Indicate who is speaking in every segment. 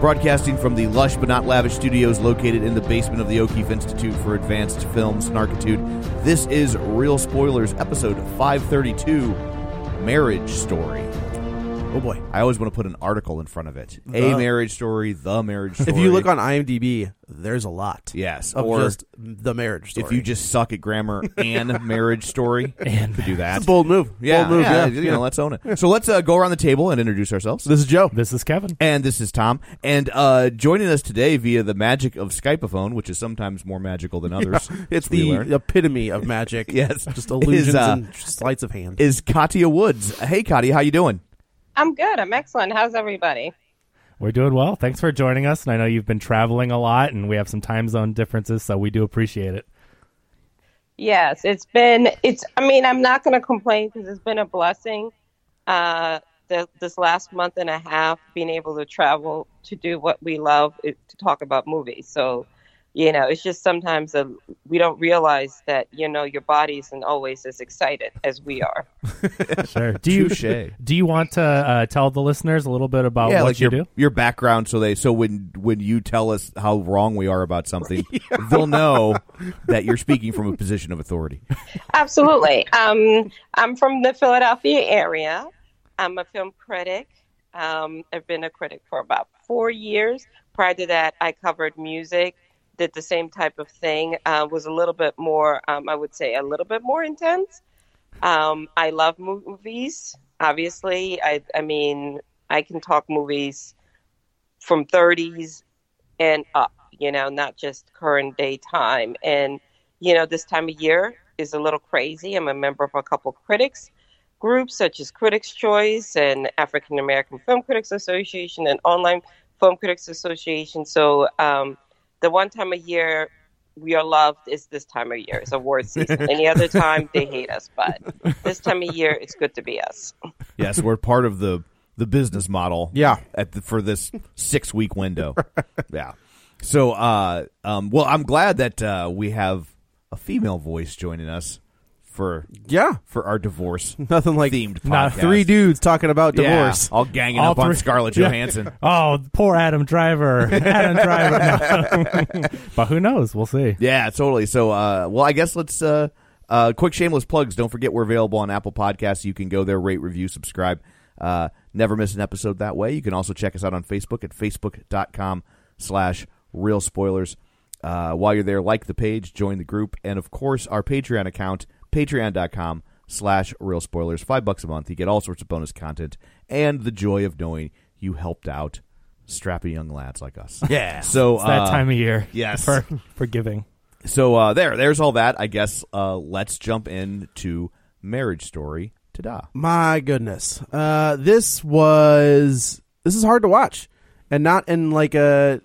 Speaker 1: Broadcasting from the lush but not lavish studios located in the basement of the O'Keefe Institute for Advanced Film Snarkitude, this is Real Spoilers, episode 532 Marriage Story. Oh boy, I always want to put an article in front of it. A
Speaker 2: The-
Speaker 1: marriage story, the marriage story.
Speaker 2: If you look on IMDb, there's a lot.
Speaker 1: Yes,
Speaker 2: of
Speaker 1: or-
Speaker 2: just the marriage story.
Speaker 1: if you just suck at grammar and marriage story, and could do that.
Speaker 2: it's a bold move,
Speaker 1: Yeah,
Speaker 2: bold move. Yeah,
Speaker 1: yeah, you know, let's own it. So let's uh, go around the table and introduce ourselves.
Speaker 2: This is Joe.
Speaker 3: This is Kevin.
Speaker 1: And this is Tom. And uh, joining us today via the magic of Skypeophone, which is sometimes more magical than others.
Speaker 2: It's
Speaker 1: we
Speaker 2: the
Speaker 1: learn,
Speaker 2: epitome of magic.
Speaker 1: Yes.
Speaker 2: just illusions
Speaker 1: Is, uh,
Speaker 2: and sleights of hand.
Speaker 1: is Katia Woods. Hey, Katia, how you doing?
Speaker 4: I'm good. I'm excellent. How's everybody?
Speaker 3: We're doing well. Thanks for joining us. And I know you've been traveling a lot and we have some time zone differences, so we do appreciate it.
Speaker 4: Yes, it's been. It's. I mean, I'm not going to complain because it's been a blessing. Uh, the, this last month and a half, being able to travel to do what we love it, to talk about movies. So, you know, it's just sometimes a, we don't realize that you know your body isn't always as excited as we are.
Speaker 3: Sure. Do you
Speaker 1: Touche.
Speaker 3: do you want to uh, tell the listeners a little bit about
Speaker 1: yeah,
Speaker 3: what
Speaker 1: like
Speaker 3: Uh, you
Speaker 1: your
Speaker 3: do?
Speaker 1: your background, so they so when when you tell us how wrong we are about something, they'll know that you're speaking from a position of authority.
Speaker 4: Absolutely. Um, I'm from the Philadelphia area. I'm a film critic. Um, I've been a critic for about four years. Prior to that, I covered music, did the same type of thing, uh, was a little bit more, um, I would say, a little bit more intense. Um, I love movies, obviously. I, I mean, I can talk movies from 30s and up, you know, not just current day time. And, you know, this time of year is a little crazy. I'm a member of a couple critics groups such as Critics' Choice and African American Film Critics Association and Online Film Critics Association. So um, the one time a year we are loved is this time of year. It's award season. Any other time they hate us, but this time of year it's good to be us.
Speaker 1: Yes, we're part of the the business model.
Speaker 2: Yeah.
Speaker 1: at the, for this six week window. yeah. So, uh, um, well, I'm glad that uh, we have a female voice joining us for
Speaker 2: yeah,
Speaker 1: for our divorce
Speaker 2: nothing like
Speaker 1: themed podcast.
Speaker 2: not three dudes talking about
Speaker 1: Yeah,
Speaker 2: divorce.
Speaker 1: all ganging
Speaker 3: All
Speaker 1: up on
Speaker 3: three-
Speaker 1: Scarlett
Speaker 3: Yeah.
Speaker 1: Johansson.
Speaker 3: Oh, poor Adam Driver. Adam Driver. No. but who knows? We'll see.
Speaker 1: Yeah, totally. So, uh, well, I guess let's uh, uh, quick shameless plugs. Don't forget we're available on Apple Podcasts. You can go there, rate, review, subscribe. Uh, never miss an episode that way. You can also check us out on Facebook at facebook.com slash real spoilers. Uh, while you're there, like the page, join the group, and of course our Patreon account, patreon.com slash real spoilers. Five bucks a month. You get all sorts of bonus content and the joy of knowing you helped out strappy young lads like us.
Speaker 2: Yeah.
Speaker 1: So
Speaker 3: It's that
Speaker 1: uh,
Speaker 3: time of year.
Speaker 1: yes.
Speaker 3: For, for giving.
Speaker 1: so uh, there, there's all that. I guess uh, let's jump into Marriage Story. Ta-da.
Speaker 2: My goodness. Uh, this was this is hard to watch, and not in like a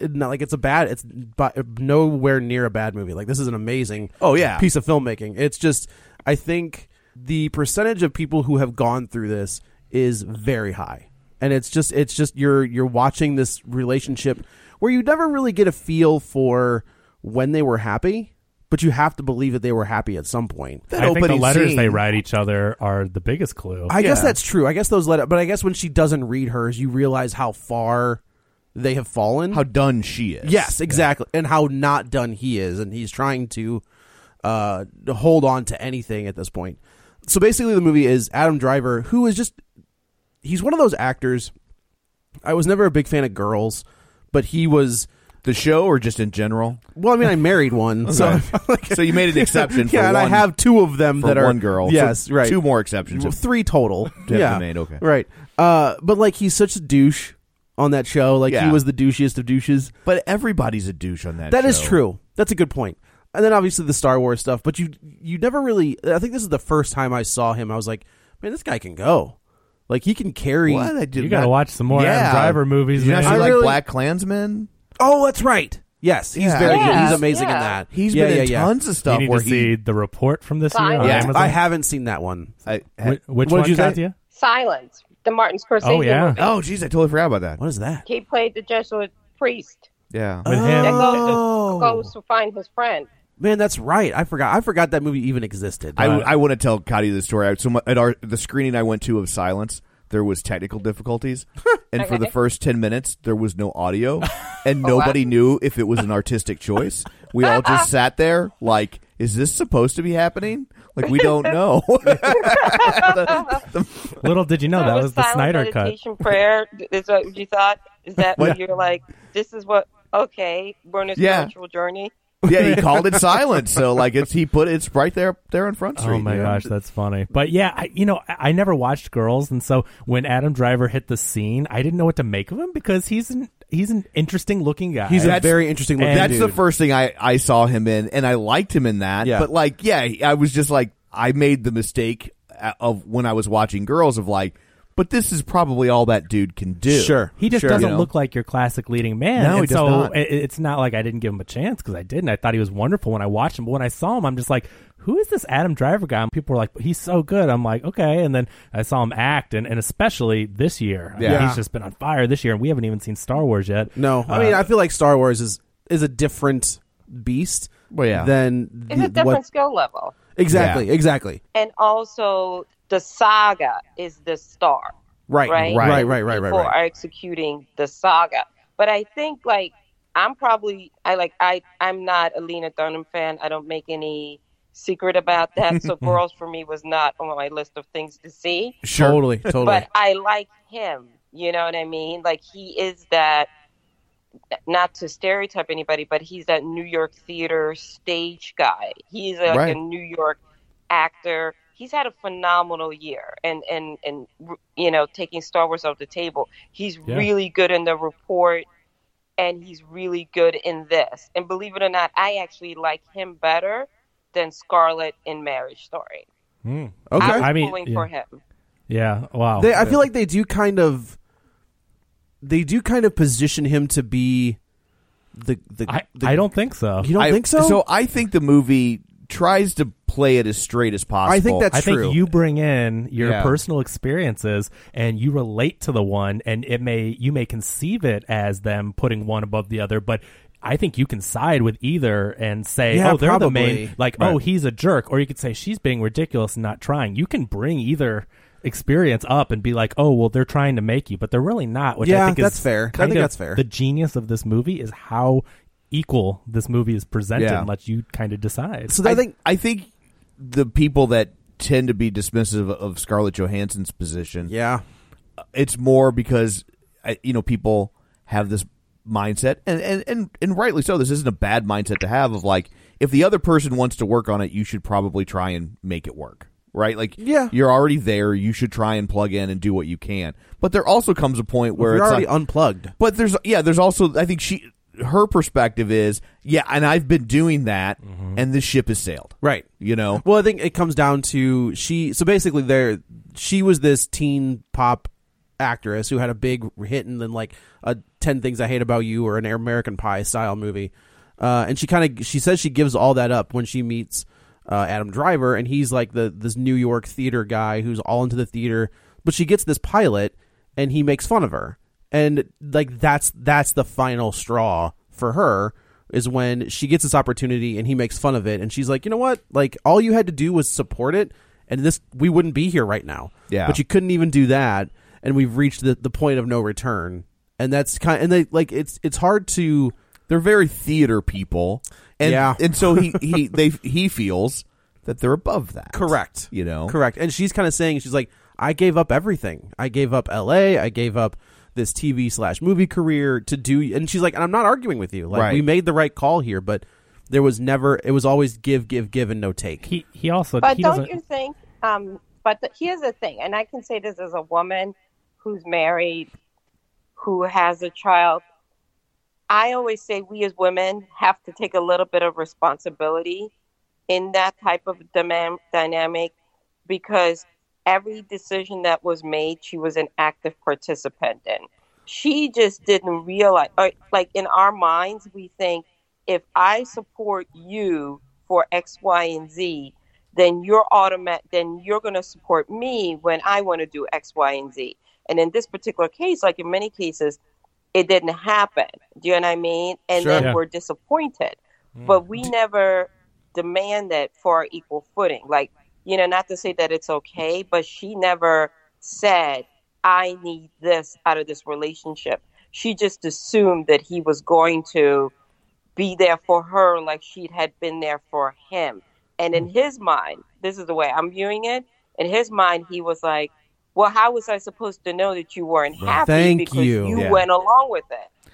Speaker 2: not like it's a bad. It's by, nowhere near a bad movie. Like this is an amazing.
Speaker 1: Oh, yeah.
Speaker 2: piece of filmmaking. It's just I think the percentage of people who have gone through this is very high. and it's just it's just you're you're watching this relationship where you never really get a feel for when they were happy, but you have to believe that they were happy at some point.
Speaker 1: That
Speaker 3: I think the
Speaker 1: opening
Speaker 3: letters
Speaker 1: scene-
Speaker 3: they write each other are the biggest clue.
Speaker 2: I guess that's true. I guess those letters, but I guess when she doesn't read hers, you realize how far they have fallen.
Speaker 1: How done she is.
Speaker 2: yes, exactly, and how not done he is, and he's trying to uh, hold on to anything at this point. So basically, the movie is Adam Driver, who is just he's one of those actors. I was never a big fan of girls, but he was.
Speaker 1: The show or just in general?
Speaker 2: Well, I mean, I married one, so
Speaker 1: so you made an exception for
Speaker 2: yeah, and I
Speaker 1: one-
Speaker 2: have two of them
Speaker 1: for
Speaker 2: that are
Speaker 1: one girl. So
Speaker 2: Yes, right.
Speaker 1: Two more exceptions.
Speaker 2: Well, three total.
Speaker 1: to have
Speaker 2: yeah,
Speaker 1: been made, Oh, okay.
Speaker 2: right. Uh, but like he's such a douche on that show. Like
Speaker 1: Yeah.
Speaker 2: he was the douchiest of douches.
Speaker 1: But everybody's a douche on that.
Speaker 2: That is
Speaker 1: show.
Speaker 2: true. That's a good point. And then obviously the Star Wars stuff, but you you never really. I think this is the first time I saw him. I was like, man, this guy can go. Like he can carry.
Speaker 1: What? I did
Speaker 3: You gotta
Speaker 1: not-
Speaker 3: watch some more Adam Driver movies,
Speaker 1: Did you not
Speaker 3: man.
Speaker 1: see,
Speaker 2: I
Speaker 1: like
Speaker 2: really-
Speaker 1: Black Klansman?
Speaker 2: Oh, that's right. Yes, he's
Speaker 1: Yeah.
Speaker 2: very
Speaker 4: Yeah.
Speaker 2: good. He's amazing in
Speaker 4: Yeah.
Speaker 2: that.
Speaker 1: He's
Speaker 2: yeah,
Speaker 1: been
Speaker 2: yeah,
Speaker 1: in
Speaker 2: yeah.
Speaker 1: tons of
Speaker 3: you
Speaker 1: stuff
Speaker 3: need
Speaker 1: where
Speaker 3: to see
Speaker 1: he.
Speaker 3: the report from this year. On
Speaker 4: Yeah.
Speaker 3: Amazon?
Speaker 2: I haven't seen that one.
Speaker 1: I,
Speaker 3: Wh- Which
Speaker 2: What did
Speaker 3: one
Speaker 2: you say?
Speaker 3: got you?
Speaker 4: Silence, the Martin Scorsese.
Speaker 3: Oh, yeah.
Speaker 4: movie.
Speaker 1: oh, jeez, I totally forgot about that.
Speaker 2: What is that?
Speaker 4: He played the Jesuit priest
Speaker 1: Yeah.
Speaker 3: With
Speaker 4: that
Speaker 3: him,
Speaker 4: goes
Speaker 2: Oh.
Speaker 4: to, goes to find his friend.
Speaker 2: Man, that's right. I forgot. I forgot that movie even existed.
Speaker 1: I,
Speaker 2: Uh,
Speaker 1: I want to tell Cody the story. I, so my, at our the screening I went to of Silence, there was technical difficulties, and for the
Speaker 4: Okay.
Speaker 1: first ten minutes there was no audio, and nobody knew if it was an artistic choice. We all just sat there like, "Is this supposed to be happening?" Like we don't know.
Speaker 3: little did
Speaker 2: Oh,
Speaker 3: you know that
Speaker 4: was
Speaker 3: was the
Speaker 4: silent
Speaker 3: Snyder cut.
Speaker 4: meditation Prayer is what you thought. Is that what you're like? This is what. Okay, we're on a
Speaker 1: Yeah.
Speaker 4: spiritual journey.
Speaker 1: yeah, he called it Silence, so like it's he put it's right there there on Front Street.
Speaker 3: Oh my
Speaker 1: you know?
Speaker 3: gosh, that's funny. But yeah, I, you know, I, I never watched Girls, and so when Adam Driver hit the scene, I didn't know what to make of him because he's an he's an interesting looking guy.
Speaker 2: he's a
Speaker 1: That's-
Speaker 2: very interesting looking.
Speaker 1: That's
Speaker 2: dude.
Speaker 1: the first thing I, I saw him in, and I liked him in that.
Speaker 2: Yeah.
Speaker 1: But like, yeah, I was just like, I made the mistake uh, of when I was watching Girls of like, but this is probably all that dude can do.
Speaker 2: Sure.
Speaker 3: He just
Speaker 2: Sure.
Speaker 3: doesn't
Speaker 1: You know?
Speaker 3: look like your classic leading man.
Speaker 1: No, he
Speaker 3: and
Speaker 1: does
Speaker 3: so
Speaker 1: not.
Speaker 3: it- it's not like I didn't give him a chance because I didn't. I thought he was wonderful when I watched him, but when I saw him, I'm just like, who is this Adam Driver guy? And people were like, he's so good. I'm like, okay. And then I saw him act, and, and especially this year, I mean,
Speaker 1: Yeah.
Speaker 3: he's just been on fire this year, and we haven't even seen Star Wars yet.
Speaker 2: No, I
Speaker 3: Uh,
Speaker 2: mean I feel like Star Wars is is a different beast.
Speaker 1: Well, yeah.
Speaker 2: Than
Speaker 4: It's a
Speaker 2: the-
Speaker 4: different
Speaker 2: what
Speaker 4: skill level,
Speaker 2: exactly
Speaker 1: Yeah.
Speaker 2: exactly
Speaker 4: and also the saga is the star.
Speaker 2: right
Speaker 4: Right.
Speaker 2: right right right right
Speaker 4: people
Speaker 2: right.
Speaker 4: are executing the saga. But I think like I'm probably I like I I'm not a Lena Dunham fan. I don't make any secret about that. So Girls for me was not on my list of things to see.
Speaker 1: Sure.
Speaker 2: Totally totally.
Speaker 4: But I like him. You know what I mean? Like he is that not to stereotype anybody, but he's that New York theater stage guy. He's like
Speaker 1: Right.
Speaker 4: a New York actor. He's had a phenomenal year, and and and you know, taking Star Wars off the table. He's
Speaker 3: Yeah.
Speaker 4: really good in the report, and he's really good in this. And believe it or not, I actually like him better than Scarlett in Marriage Story.
Speaker 3: hmm.
Speaker 2: okay.
Speaker 4: I was
Speaker 3: I mean,
Speaker 4: pulling
Speaker 3: yeah.
Speaker 4: for him.
Speaker 3: yeah, wow.
Speaker 2: they, I feel like they do kind of they do kind of position him to be the the.
Speaker 3: I,
Speaker 2: the-
Speaker 3: I don't think so.
Speaker 2: You don't
Speaker 1: I-
Speaker 2: think so?
Speaker 1: So I think the movie tries to play it as straight as possible.
Speaker 2: I think that's
Speaker 3: I
Speaker 2: true.
Speaker 3: think you bring in your
Speaker 1: Yeah.
Speaker 3: personal experiences and you relate to the one, and it may you may conceive it as them putting one above the other, but I think you can side with either and say,
Speaker 2: Yeah,
Speaker 3: "Oh, they're the main,"
Speaker 2: probably.
Speaker 3: like, "Oh, he's a jerk," or you could say, "She's being ridiculous and not trying." You can bring either experience up and be like, "Oh, well, they're trying to make you," but they're really not. Which
Speaker 2: Yeah,
Speaker 3: I think
Speaker 2: that's
Speaker 3: is
Speaker 2: fair. I
Speaker 3: kind
Speaker 2: think
Speaker 3: of
Speaker 2: that's fair.
Speaker 3: The genius of this movie is how equal this movie is presented
Speaker 1: Yeah.
Speaker 3: and lets you kind of decide.
Speaker 2: so I think
Speaker 1: I think the people that tend to be dismissive of Scarlett Johansson's position
Speaker 2: yeah.
Speaker 1: it's more because uh, you know people have this mindset and, and and and rightly so this isn't a bad mindset to have of like if the other person wants to work on it you should probably try and make it work right like
Speaker 2: Yeah.
Speaker 1: you're already there you should try and plug in and do what you can but there also comes a point where
Speaker 2: You're
Speaker 1: it's
Speaker 2: already
Speaker 1: like,
Speaker 2: unplugged.
Speaker 1: but there's yeah, there's also I think she her perspective is yeah, and I've been doing that,
Speaker 2: Mm-hmm.
Speaker 1: and this ship has sailed.
Speaker 2: Right.
Speaker 1: You know.
Speaker 2: Well, I think it comes down to she. So basically, there she was this teen pop actress who had a big hit in then like a Ten Things I Hate About You or an American Pie style movie, uh, and she kind of she says she gives all that up when she meets uh, Adam Driver, and he's like the this New York theater guy who's all into the theater. But she gets this pilot, and he makes fun of her. And like that's that's the final straw for her is when she gets this opportunity and he makes fun of it and she's like, "You know what? Like all you had to do was support it and this we wouldn't be here right now."
Speaker 1: Yeah.
Speaker 2: But you couldn't even do that and we've reached the, the point of no return. And that's kind and they like it's it's hard to
Speaker 1: They're very theater people, and
Speaker 2: Yeah.
Speaker 1: and so he he they he feels that they're above that.
Speaker 2: Correct.
Speaker 1: You know.
Speaker 2: Correct. And she's kind of saying, she's like, I gave up everything. I gave up LA. I gave up this TV slash movie career to do. And she's like, and I'm not arguing with you. Like,
Speaker 1: Right.
Speaker 2: we made the right call here, but there was never, it was always give, give, give, and no take.
Speaker 3: He he also
Speaker 4: But
Speaker 3: he
Speaker 4: don't
Speaker 3: doesn't.
Speaker 4: you think? Um, but the, here's the thing, and I can say this as a woman who's married, who has a child. I always say we as women have to take a little bit of responsibility in that type of dynam- dynamic because every decision that was made, she was an active participant in. She just didn't realize, or, like in our minds, we think if I support you for X, Y, and Z, then you're automatic then you're going to support me when i want to do x y and z and in this particular case like in many cases it didn't happen do you know what i mean and
Speaker 2: Sure. Mm.
Speaker 4: then
Speaker 3: Yeah.
Speaker 4: we're disappointed but we never demand that for our equal footing like you know not to say that it's okay but she never said i need this out of this relationship she just assumed that he was going to be there for her like she had been there for him. And
Speaker 2: Mm.
Speaker 4: in his mind, this is the way I'm viewing it. In his mind, he was like, "Well, how was I supposed to know that you weren't happy
Speaker 2: Thank
Speaker 4: because
Speaker 2: you."
Speaker 4: you,
Speaker 1: Yeah.
Speaker 4: went along with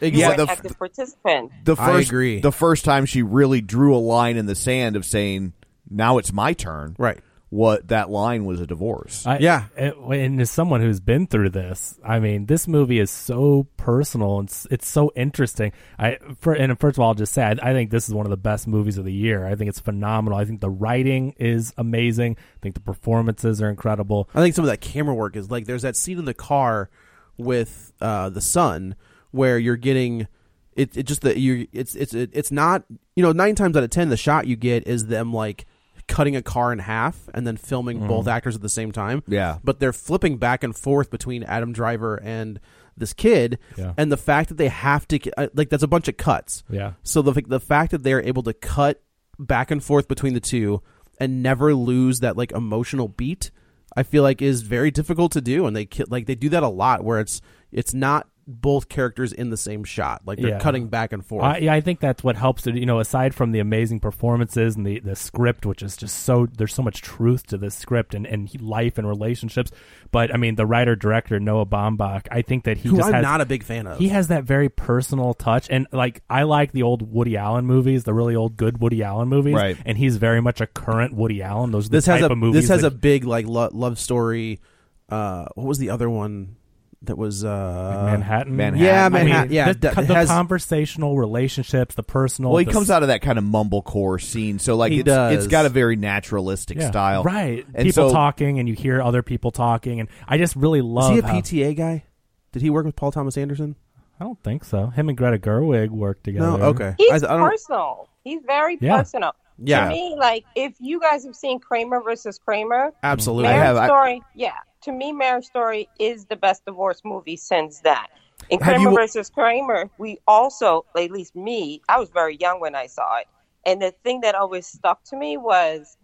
Speaker 4: it? You
Speaker 1: Yeah,
Speaker 4: were
Speaker 1: the
Speaker 4: an
Speaker 1: f-
Speaker 4: active participant."
Speaker 1: The
Speaker 2: I
Speaker 1: first,
Speaker 2: agree.
Speaker 1: The first time she really drew a line in the sand of saying, "Now it's my turn."
Speaker 2: Right.
Speaker 1: What that line was a divorce.
Speaker 3: I,
Speaker 2: Yeah.
Speaker 3: it- and as someone who's been through this, I mean, this movie is so personal and it's, it's so interesting. I for, and first of all, I'll just say I, I think this is one of the best movies of the year. I think it's phenomenal. I think the writing is amazing. I think the performances are incredible.
Speaker 2: I think some of that camera work is like there's that scene in the car with uh, the sun where you're getting it, it just that you it's it's it, it's not you know nine times out of ten the shot you get is them like cutting a car in half and then filming both actors at the same time
Speaker 1: Yeah.
Speaker 2: but they're flipping back and forth between Adam Driver and this kid
Speaker 3: Yeah.
Speaker 2: and the fact that they have to uh, like that's a bunch of cuts
Speaker 3: Yeah.
Speaker 2: so the the fact that they're able to cut back and forth between the two and never lose that like emotional beat, I feel like is very difficult to do. And they ki- like they do that a lot where it's it's not both characters in the same shot. Like they're
Speaker 3: Yeah.
Speaker 2: cutting back and forth.
Speaker 3: I, yeah, I think that's what helps it. You know, aside from the amazing performances and the, the script, which is just so there's so much truth to this script and, and he- life and relationships. But I mean, the writer director Noah Baumbach, I think that he
Speaker 2: who
Speaker 3: just
Speaker 2: I'm
Speaker 3: has,
Speaker 2: not a big fan of.
Speaker 3: He has that very personal touch, and like I like the old Woody Allen movies, the really old good Woody Allen movies,
Speaker 1: Right.
Speaker 3: and he's very much a current Woody Allen. Those are the
Speaker 2: this has
Speaker 3: type
Speaker 2: a
Speaker 3: of movies.
Speaker 2: this has
Speaker 3: that-
Speaker 2: a big like lo- love story. Uh, what was the other one that was uh,
Speaker 3: Manhattan,
Speaker 1: Manhattan.
Speaker 2: Yeah,
Speaker 1: I mean,
Speaker 2: Manhattan. yeah,
Speaker 3: the,
Speaker 2: that-
Speaker 3: co-
Speaker 2: it
Speaker 3: the
Speaker 2: has-
Speaker 3: conversational relationships, the personal.
Speaker 1: well, he
Speaker 3: the
Speaker 1: comes out of that kind of mumblecore scene, so like
Speaker 2: Oh, He
Speaker 1: it's,
Speaker 2: does.
Speaker 1: it's got a very naturalistic
Speaker 3: Yeah,
Speaker 1: style,
Speaker 3: Right.
Speaker 1: And
Speaker 3: people
Speaker 1: so,
Speaker 3: talking and you hear other people talking and I just really
Speaker 2: is
Speaker 3: love
Speaker 2: he a
Speaker 3: how-
Speaker 2: PTA guy? Did he work with Paul Thomas Anderson?
Speaker 3: I don't think so. Him and Greta Gerwig worked together.
Speaker 2: No. Okay.
Speaker 4: He's
Speaker 2: I, I don't.
Speaker 4: personal. He's very
Speaker 3: Yeah.
Speaker 4: personal.
Speaker 2: Yeah.
Speaker 4: To me, like if you guys have seen Kramer versus Kramer,
Speaker 2: Absolutely.
Speaker 4: Marriage
Speaker 1: have- I-
Speaker 4: Story, yeah. To me, Marriage Story is the best divorce movie since that. In
Speaker 1: Have
Speaker 4: Kramer
Speaker 1: you-
Speaker 4: versus Kramer, we also, at least me, I was very young when I saw it, and the thing that always stuck to me was,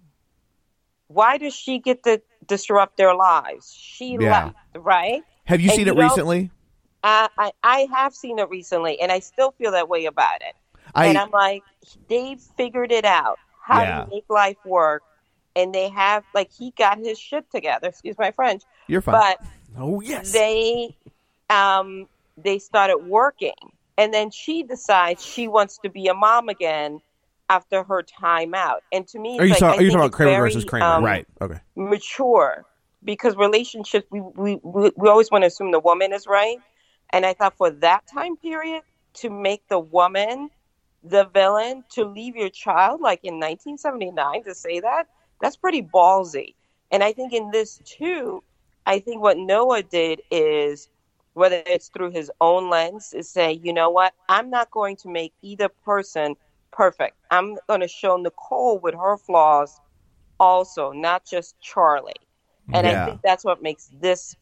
Speaker 4: why does she get to disrupt their lives? She
Speaker 1: Yeah.
Speaker 4: left, right?
Speaker 1: Have you
Speaker 4: And
Speaker 1: seen
Speaker 4: you
Speaker 1: it
Speaker 4: know-
Speaker 1: recently?
Speaker 4: I, I I have seen it recently, and I still feel that way about it.
Speaker 1: I-
Speaker 4: and I'm like, they figured it out how
Speaker 1: Yeah.
Speaker 4: to make life work, and they have like he got his shit together. Excuse my French,
Speaker 1: You're fine.
Speaker 4: but
Speaker 2: Oh yes.
Speaker 4: they um they started working, and then she decides she wants to be a mom again after her time out. And to me, it's
Speaker 2: Are you
Speaker 4: like,
Speaker 2: talking?
Speaker 4: I
Speaker 2: Are you
Speaker 4: think
Speaker 2: talking about
Speaker 4: it's
Speaker 2: Kramer
Speaker 4: very,
Speaker 2: versus Kramer?
Speaker 4: um,
Speaker 2: Okay.
Speaker 4: mature because relationships we, we, we, we always want to assume the woman is right and i thought for that time period to make the woman the villain to leave your child like in 1979 to say that that's pretty ballsy and i think in this too i think what noah did is whether it's through his own lens is say you know what i'm not going to make either person perfect i'm going to show nicole with her flaws also, not just Charlie. And
Speaker 1: Yeah.
Speaker 4: I think that's what makes this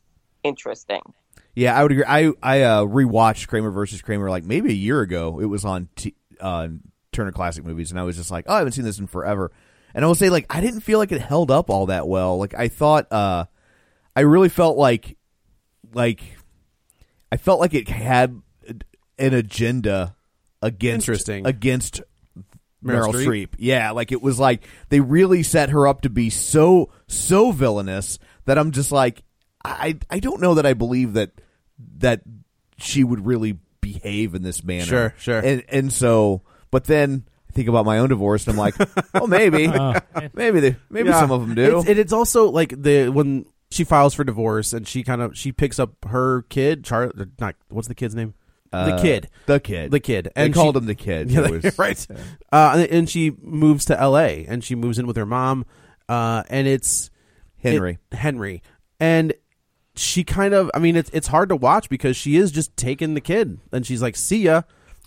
Speaker 4: interesting.
Speaker 1: Yeah, I would agree. I I uh, rewatched Kramer versus Kramer like maybe a year ago. It was on t- uh, Turner Classic Movies, and I was just like, oh, I haven't seen this in forever. And I will say, like, I didn't feel like it held up all that well. Like, I thought, uh, I really felt like, like, I felt like it had an agenda against
Speaker 2: Interesting.
Speaker 1: against Meryl,
Speaker 2: Meryl Streep?
Speaker 1: Streep. Yeah, like it was like they really set her up to be so so villainous that I'm just like I I don't know that I believe that that she would really behave in this manner.
Speaker 2: Sure, sure.
Speaker 1: And and so but then I think about my own divorce and I'm like, "Oh, maybe. maybe they maybe
Speaker 2: Uh. Yeah.
Speaker 1: some of them do."
Speaker 2: It's, and it's also like the when she files for divorce and she kind of she picks up her kid, Char, not what's the kid's name, the kid,
Speaker 1: Uh, the kid.
Speaker 2: the kid,
Speaker 1: They
Speaker 2: and
Speaker 1: called
Speaker 2: she-
Speaker 1: him the kid.
Speaker 2: Yeah,
Speaker 1: It
Speaker 2: they-
Speaker 1: was-
Speaker 2: right. Uh, and, and she moves to L.A. and she moves in with her mom, uh, and it's
Speaker 1: Henry.
Speaker 2: it- Henry, and she kind of, I mean, it's it's hard to watch because she is just taking the kid, and she's like, "See ya,"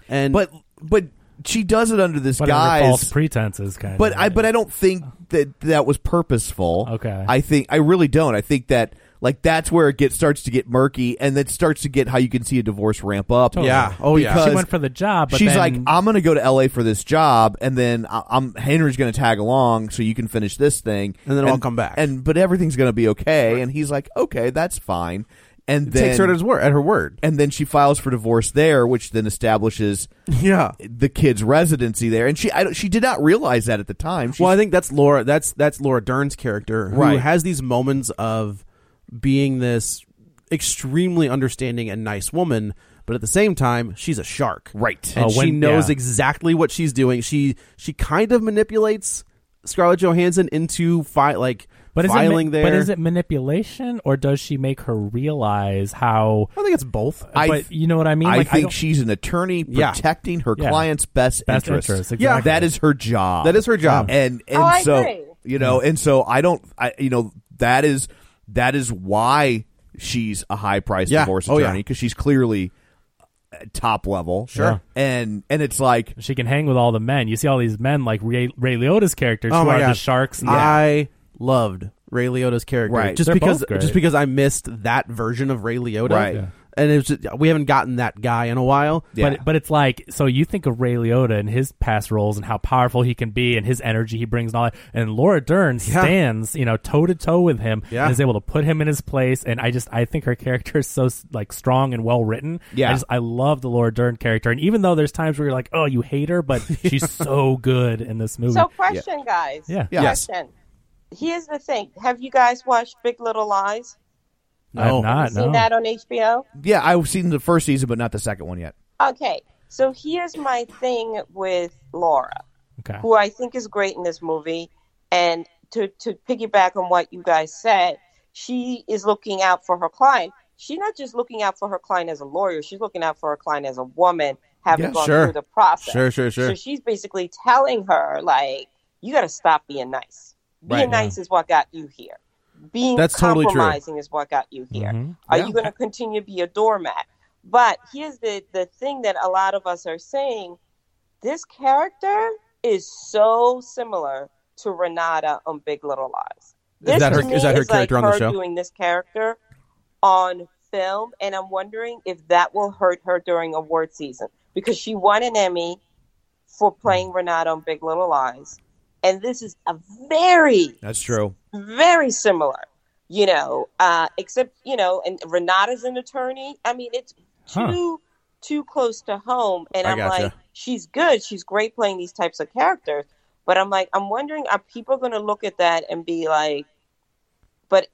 Speaker 2: and
Speaker 1: But but she does it under this
Speaker 3: But under false
Speaker 1: guy's
Speaker 3: pretenses, kind
Speaker 1: But
Speaker 3: of.
Speaker 1: I but I don't think that that was purposeful.
Speaker 3: Okay.
Speaker 1: I think I really don't. I think that like that's where it gets starts to get murky, and that starts to get how you can see a divorce ramp up.
Speaker 3: Totally.
Speaker 2: yeah, oh yeah,
Speaker 1: Because-
Speaker 3: she went for the job. But
Speaker 1: She's
Speaker 3: then-
Speaker 1: like, I'm gonna go to L.A. for this job, and then I- I'm Henry's gonna tag along, so you can finish this thing,
Speaker 2: And then I'll come back.
Speaker 1: And but everything's gonna be okay, and he's like, okay, that's fine. And then
Speaker 2: takes her at his word, at her word,
Speaker 1: and then she files for divorce there, which then establishes
Speaker 2: yeah.
Speaker 1: the kid's residency there. And she I, don't- she did not realize that at the time. She
Speaker 2: well, I think that's Laura. That's that's Laura Dern's character who
Speaker 1: Right.
Speaker 2: has these moments of being this extremely understanding and nice woman, but at the same time, she's a shark,
Speaker 1: Right.
Speaker 2: And
Speaker 3: Oh, when-
Speaker 2: she knows
Speaker 3: yeah.
Speaker 2: exactly what she's doing. She she kind of manipulates Scarlett Johansson into fi- like
Speaker 3: but is it ma-
Speaker 2: filing there.
Speaker 3: But is it manipulation, or does she make her realize how?
Speaker 2: I think it's both.
Speaker 1: I
Speaker 3: but
Speaker 1: th-
Speaker 3: you know what I mean.
Speaker 1: I
Speaker 3: Like,
Speaker 1: think
Speaker 3: don't-
Speaker 1: she's an attorney
Speaker 2: Yeah.
Speaker 1: protecting her
Speaker 3: Yeah.
Speaker 1: client's best,
Speaker 3: Best
Speaker 1: interests.
Speaker 3: interests,
Speaker 2: Yeah.
Speaker 3: exactly.
Speaker 1: that is her job.
Speaker 2: That is her job.
Speaker 1: And and
Speaker 4: Oh, I
Speaker 1: so
Speaker 4: agree.
Speaker 1: you know, and so I don't. I you know that is that is why she's a high priced
Speaker 2: Yeah.
Speaker 1: divorce
Speaker 2: Oh, yeah.
Speaker 1: attorney because she's clearly uh, top level.
Speaker 3: Sure.
Speaker 1: And and it's like
Speaker 3: she can hang with all the men. You see all these men like Ray, Ray Liotta's characters
Speaker 2: Oh
Speaker 3: who
Speaker 2: my
Speaker 3: are the
Speaker 2: God.
Speaker 3: sharks. And
Speaker 2: I loved Ray Liotta's character
Speaker 1: Right.
Speaker 2: just
Speaker 3: They're
Speaker 2: because
Speaker 3: both great.
Speaker 2: just because I missed that version of Ray Liotta,
Speaker 1: Right. Yeah.
Speaker 2: And it was just, we haven't gotten that guy in a while.
Speaker 1: yeah.
Speaker 3: But but it's like so you think of Ray Liotta and his past roles and how powerful he can be and his energy he brings and all that. And Laura Dern stands you know toe to toe with him
Speaker 2: Yeah.
Speaker 3: and is able to put him in his place. And I just I think her character is so like strong and well written.
Speaker 1: Yeah.
Speaker 3: I just I love the Laura Dern character. And even though there's times where you're like oh you hate her, but she's so good in this movie.
Speaker 4: So, question, guys.
Speaker 3: Yeah.
Speaker 1: Yes.
Speaker 4: Question. Here's the thing. Have you guys watched Big Little Lies?
Speaker 3: I have
Speaker 2: No.
Speaker 3: not
Speaker 4: Seen
Speaker 3: no.
Speaker 4: that on HBO?
Speaker 1: yeah, I've seen the first season, but not the second one yet.
Speaker 4: Okay. So here's my thing with Laura,
Speaker 3: Okay.
Speaker 4: who I think is great in this movie, and to to piggyback on what you guys said, she is looking out for her client. She's not just looking out for her client as a lawyer; she's looking out for her client as a woman, having
Speaker 2: Yeah,
Speaker 4: gone
Speaker 2: sure.
Speaker 4: through the process.
Speaker 2: Sure, sure, sure.
Speaker 4: So she's basically telling her, like, you got to stop being nice. Being
Speaker 2: Right,
Speaker 4: nice is what got you here. Being
Speaker 2: That's totally true.
Speaker 4: compromising is what got you here.
Speaker 3: Mhm.
Speaker 4: Are
Speaker 1: Yeah.
Speaker 4: you going to continue to be a doormat? But here's the, the thing that a lot of us are saying this character is so similar to Renata on Big Little Lies. This
Speaker 2: that
Speaker 4: to
Speaker 2: her-
Speaker 4: me
Speaker 2: is that her character
Speaker 4: like
Speaker 2: on the
Speaker 4: her
Speaker 2: show?
Speaker 4: doing this character on film, and I'm wondering if that will hurt her during award season because she won an Emmy for playing Renata on Big Little Lies, and this is a very
Speaker 1: That's true.
Speaker 4: very similar, you know, uh, except, you know, and Renata's an attorney. I mean, it's
Speaker 3: Huh.
Speaker 4: too, too close to home. And
Speaker 2: I
Speaker 4: I'm
Speaker 2: gotcha.
Speaker 4: like, she's good. She's great playing these types of characters. But I'm like, I'm wondering, are people going to look at that and be like, but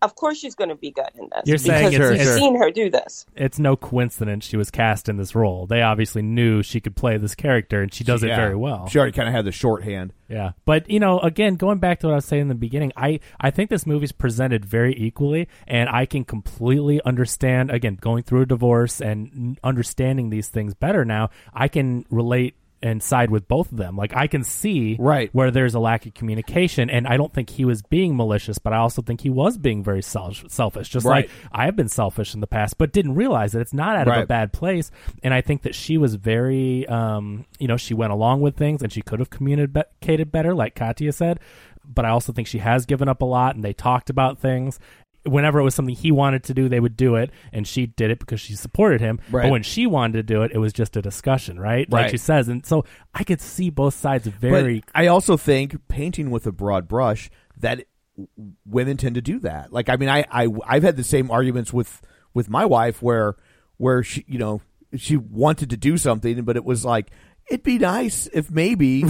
Speaker 4: of course she's going to be good in this.
Speaker 3: You're saying
Speaker 4: because
Speaker 3: it's-
Speaker 4: we've
Speaker 3: it's-
Speaker 4: seen her do this.
Speaker 3: it's no coincidence she was cast in this role. They obviously knew she could play this character, and she does it
Speaker 1: Yeah.
Speaker 3: very well.
Speaker 1: She already kind of had the shorthand.
Speaker 3: Yeah, but you know, again, going back to what I was saying in the beginning, I I think this movie's presented very equally, and I can completely understand. Again, going through a divorce and n- understanding these things better now, I can relate and side with both of them. Like I can see
Speaker 1: Right.
Speaker 3: where there's a lack of communication, and I don't think he was being malicious, but I also think he was being very sel- selfish. Just
Speaker 1: Right.
Speaker 3: like I have been selfish in the past, but didn't realize that it's not out of a bad
Speaker 1: Right.
Speaker 3: bad place. And I think that she was very, um, you know, she went along with things and she could have communicated better, like Katya said. But I also think she has given up a lot and they talked about things. whenever it was something he wanted to do, they would do it, and she did it because she supported him.
Speaker 1: Right.
Speaker 3: But when she wanted to do it, it was just a discussion, right?
Speaker 1: Right.
Speaker 3: Like she says, and so I could see both sides very.
Speaker 1: But I also think painting with a broad brush that w- women tend to do that. Like I mean, I, I I've had the same arguments with with my wife where where she you know she wanted to do something, but it was like it'd be nice if maybe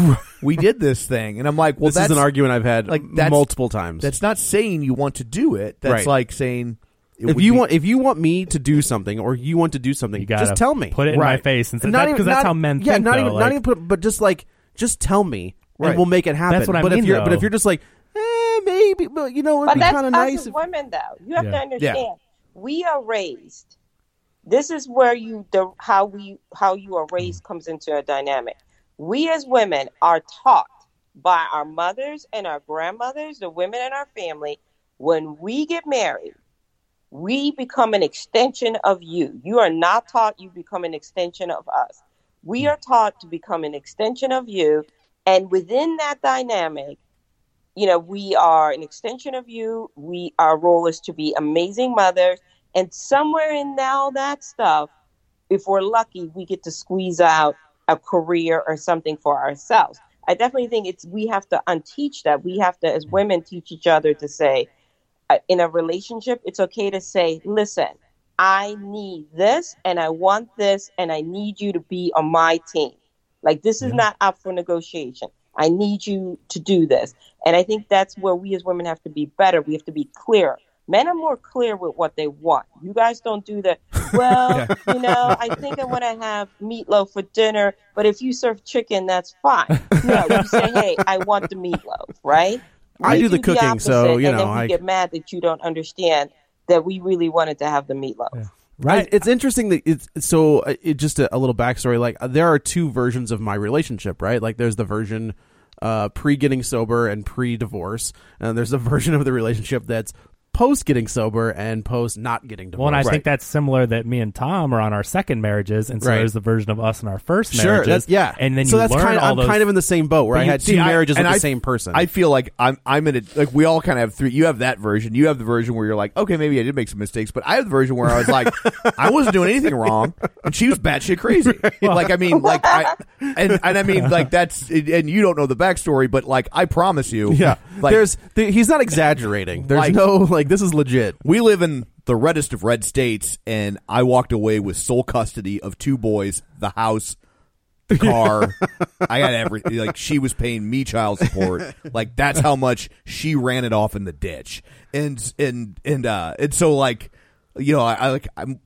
Speaker 1: we did this thing, and I'm like, well,
Speaker 2: this
Speaker 1: that's
Speaker 2: is an argument I've had
Speaker 1: like,
Speaker 2: like
Speaker 1: that's-
Speaker 2: multiple times.
Speaker 1: That's not saying you want to do it. That's
Speaker 2: Right.
Speaker 1: like saying it
Speaker 2: if
Speaker 1: would
Speaker 2: you
Speaker 1: be-
Speaker 2: want if you want me to do something or you want to do something,
Speaker 3: You gotta
Speaker 2: just tell me.
Speaker 3: put it in my face and say- that- 'cause that's how men
Speaker 2: Yeah,
Speaker 3: think,
Speaker 2: not
Speaker 3: though,
Speaker 2: even not
Speaker 3: like-
Speaker 2: even put, but just like just tell me
Speaker 1: Right.
Speaker 2: and we'll make it happen.
Speaker 3: what I
Speaker 2: but
Speaker 3: mean,
Speaker 2: if you're but
Speaker 3: though.
Speaker 2: if you're just like eh, maybe, but you know, it'd
Speaker 4: But
Speaker 2: be
Speaker 4: that's
Speaker 2: kind of
Speaker 4: us
Speaker 2: nice.
Speaker 4: as
Speaker 2: if-
Speaker 4: women, though. You have
Speaker 3: Yeah.
Speaker 4: to
Speaker 3: Yeah.
Speaker 4: understand. We are raised. This is where you the how we how you are raised comes into a dynamic. We as women are taught by our mothers and our grandmothers, the women in our family, when we get married, we become an extension of you. You are not taught, you become an extension of us. We are taught to become an extension of you. And within that dynamic, you know, we are an extension of you. We our role is to be amazing mothers, and somewhere in all that stuff, if we're lucky, we get to squeeze out a career or something for ourselves. I definitely think it's we have to unteach that. We have to, as women, teach each other to say, uh, in a relationship, it's okay to say, "Listen, I need this, and I want this, and I need you to be on my team. Like this is not up for negotiation. I need you to do this." And I think that's where we as women have to be better. We have to be clearer. Men are more clear with what they want. You guys don't do that. Well, you know, I think I want to have meatloaf for dinner, but if you serve chicken, that's fine. No, you say, hey, I want the meatloaf, right?
Speaker 2: I
Speaker 4: We
Speaker 2: do the cooking, so,
Speaker 4: opposite,
Speaker 2: you
Speaker 4: and
Speaker 2: know,
Speaker 4: then we
Speaker 2: I-
Speaker 4: get mad that you don't understand that we really wanted to have the meatloaf.
Speaker 2: Right. it's interesting that it's so. uh, It just a, a little backstory. Like uh, there are two versions of my relationship, right? Like there's the version uh, pre getting sober and pre divorce, and there's a version of the relationship that's post getting sober and post not getting divorced.
Speaker 3: well, and I
Speaker 2: Right.
Speaker 3: think that's similar that me and Tom are on our second marriages, and so
Speaker 2: Right.
Speaker 3: there's the version of us in our first
Speaker 2: sure,
Speaker 3: marriages.
Speaker 2: that's, yeah.
Speaker 3: and then
Speaker 2: so
Speaker 3: you
Speaker 2: that's
Speaker 3: learn
Speaker 2: kind of
Speaker 3: all
Speaker 2: I'm
Speaker 3: those.
Speaker 2: kind of in the same boat where I
Speaker 1: But you-
Speaker 2: had
Speaker 1: see,
Speaker 2: two
Speaker 1: I-
Speaker 2: marriages
Speaker 1: and
Speaker 2: with
Speaker 1: I-
Speaker 2: the same person.
Speaker 1: I feel like I'm I'm in it. Like we all kind of have three. You have that version. You have the version where you're like, okay, maybe I did make some mistakes, but I have the version where I was like, I wasn't doing anything wrong, and she was batshit crazy. Like I mean, like I and and I mean like that's and you don't know the backstory, but like I promise you,
Speaker 2: yeah,
Speaker 1: like,
Speaker 2: there's th- he's not exaggerating. There's
Speaker 1: Like-
Speaker 2: no like this is legit.
Speaker 1: we live in the reddest of red states, and I walked away with sole custody of two boys, the house, the car. I had everything. Like she was paying me child support. Like that's how much she ran it off in the ditch. And and and uh and so like you know I, I like I'm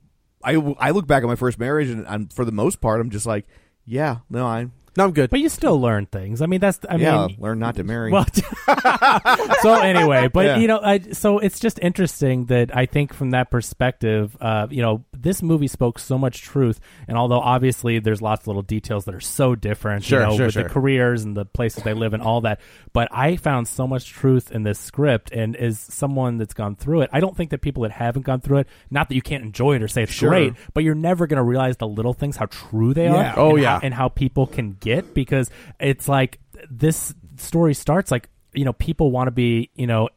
Speaker 1: I I look back at my first marriage, and I'm for the most part I'm just like yeah no I
Speaker 2: No, I'm good.
Speaker 3: but you still learn things. I mean, that's I
Speaker 1: yeah
Speaker 3: mean,
Speaker 1: learn not to marry.
Speaker 3: Well, so anyway, but
Speaker 1: Yeah.
Speaker 3: you know, I, so it's just interesting that I think from that perspective, uh, you know, this movie spoke so much truth. And although obviously there's lots of little details that are so different,
Speaker 2: Sure,
Speaker 3: you know,
Speaker 2: sure,
Speaker 3: with
Speaker 2: sure.
Speaker 3: the careers and the places they live and all that, but I found so much truth in this script. And as someone that's gone through it, I don't think that people that haven't gone through it, not that you can't enjoy it or say it's
Speaker 1: Sure.
Speaker 3: great, but you're never going to realize the little things, how true they
Speaker 2: Yeah.
Speaker 3: are.
Speaker 2: Oh,
Speaker 3: and
Speaker 2: yeah.
Speaker 3: how- and how people can get because it's like this story starts like you know people want to be you know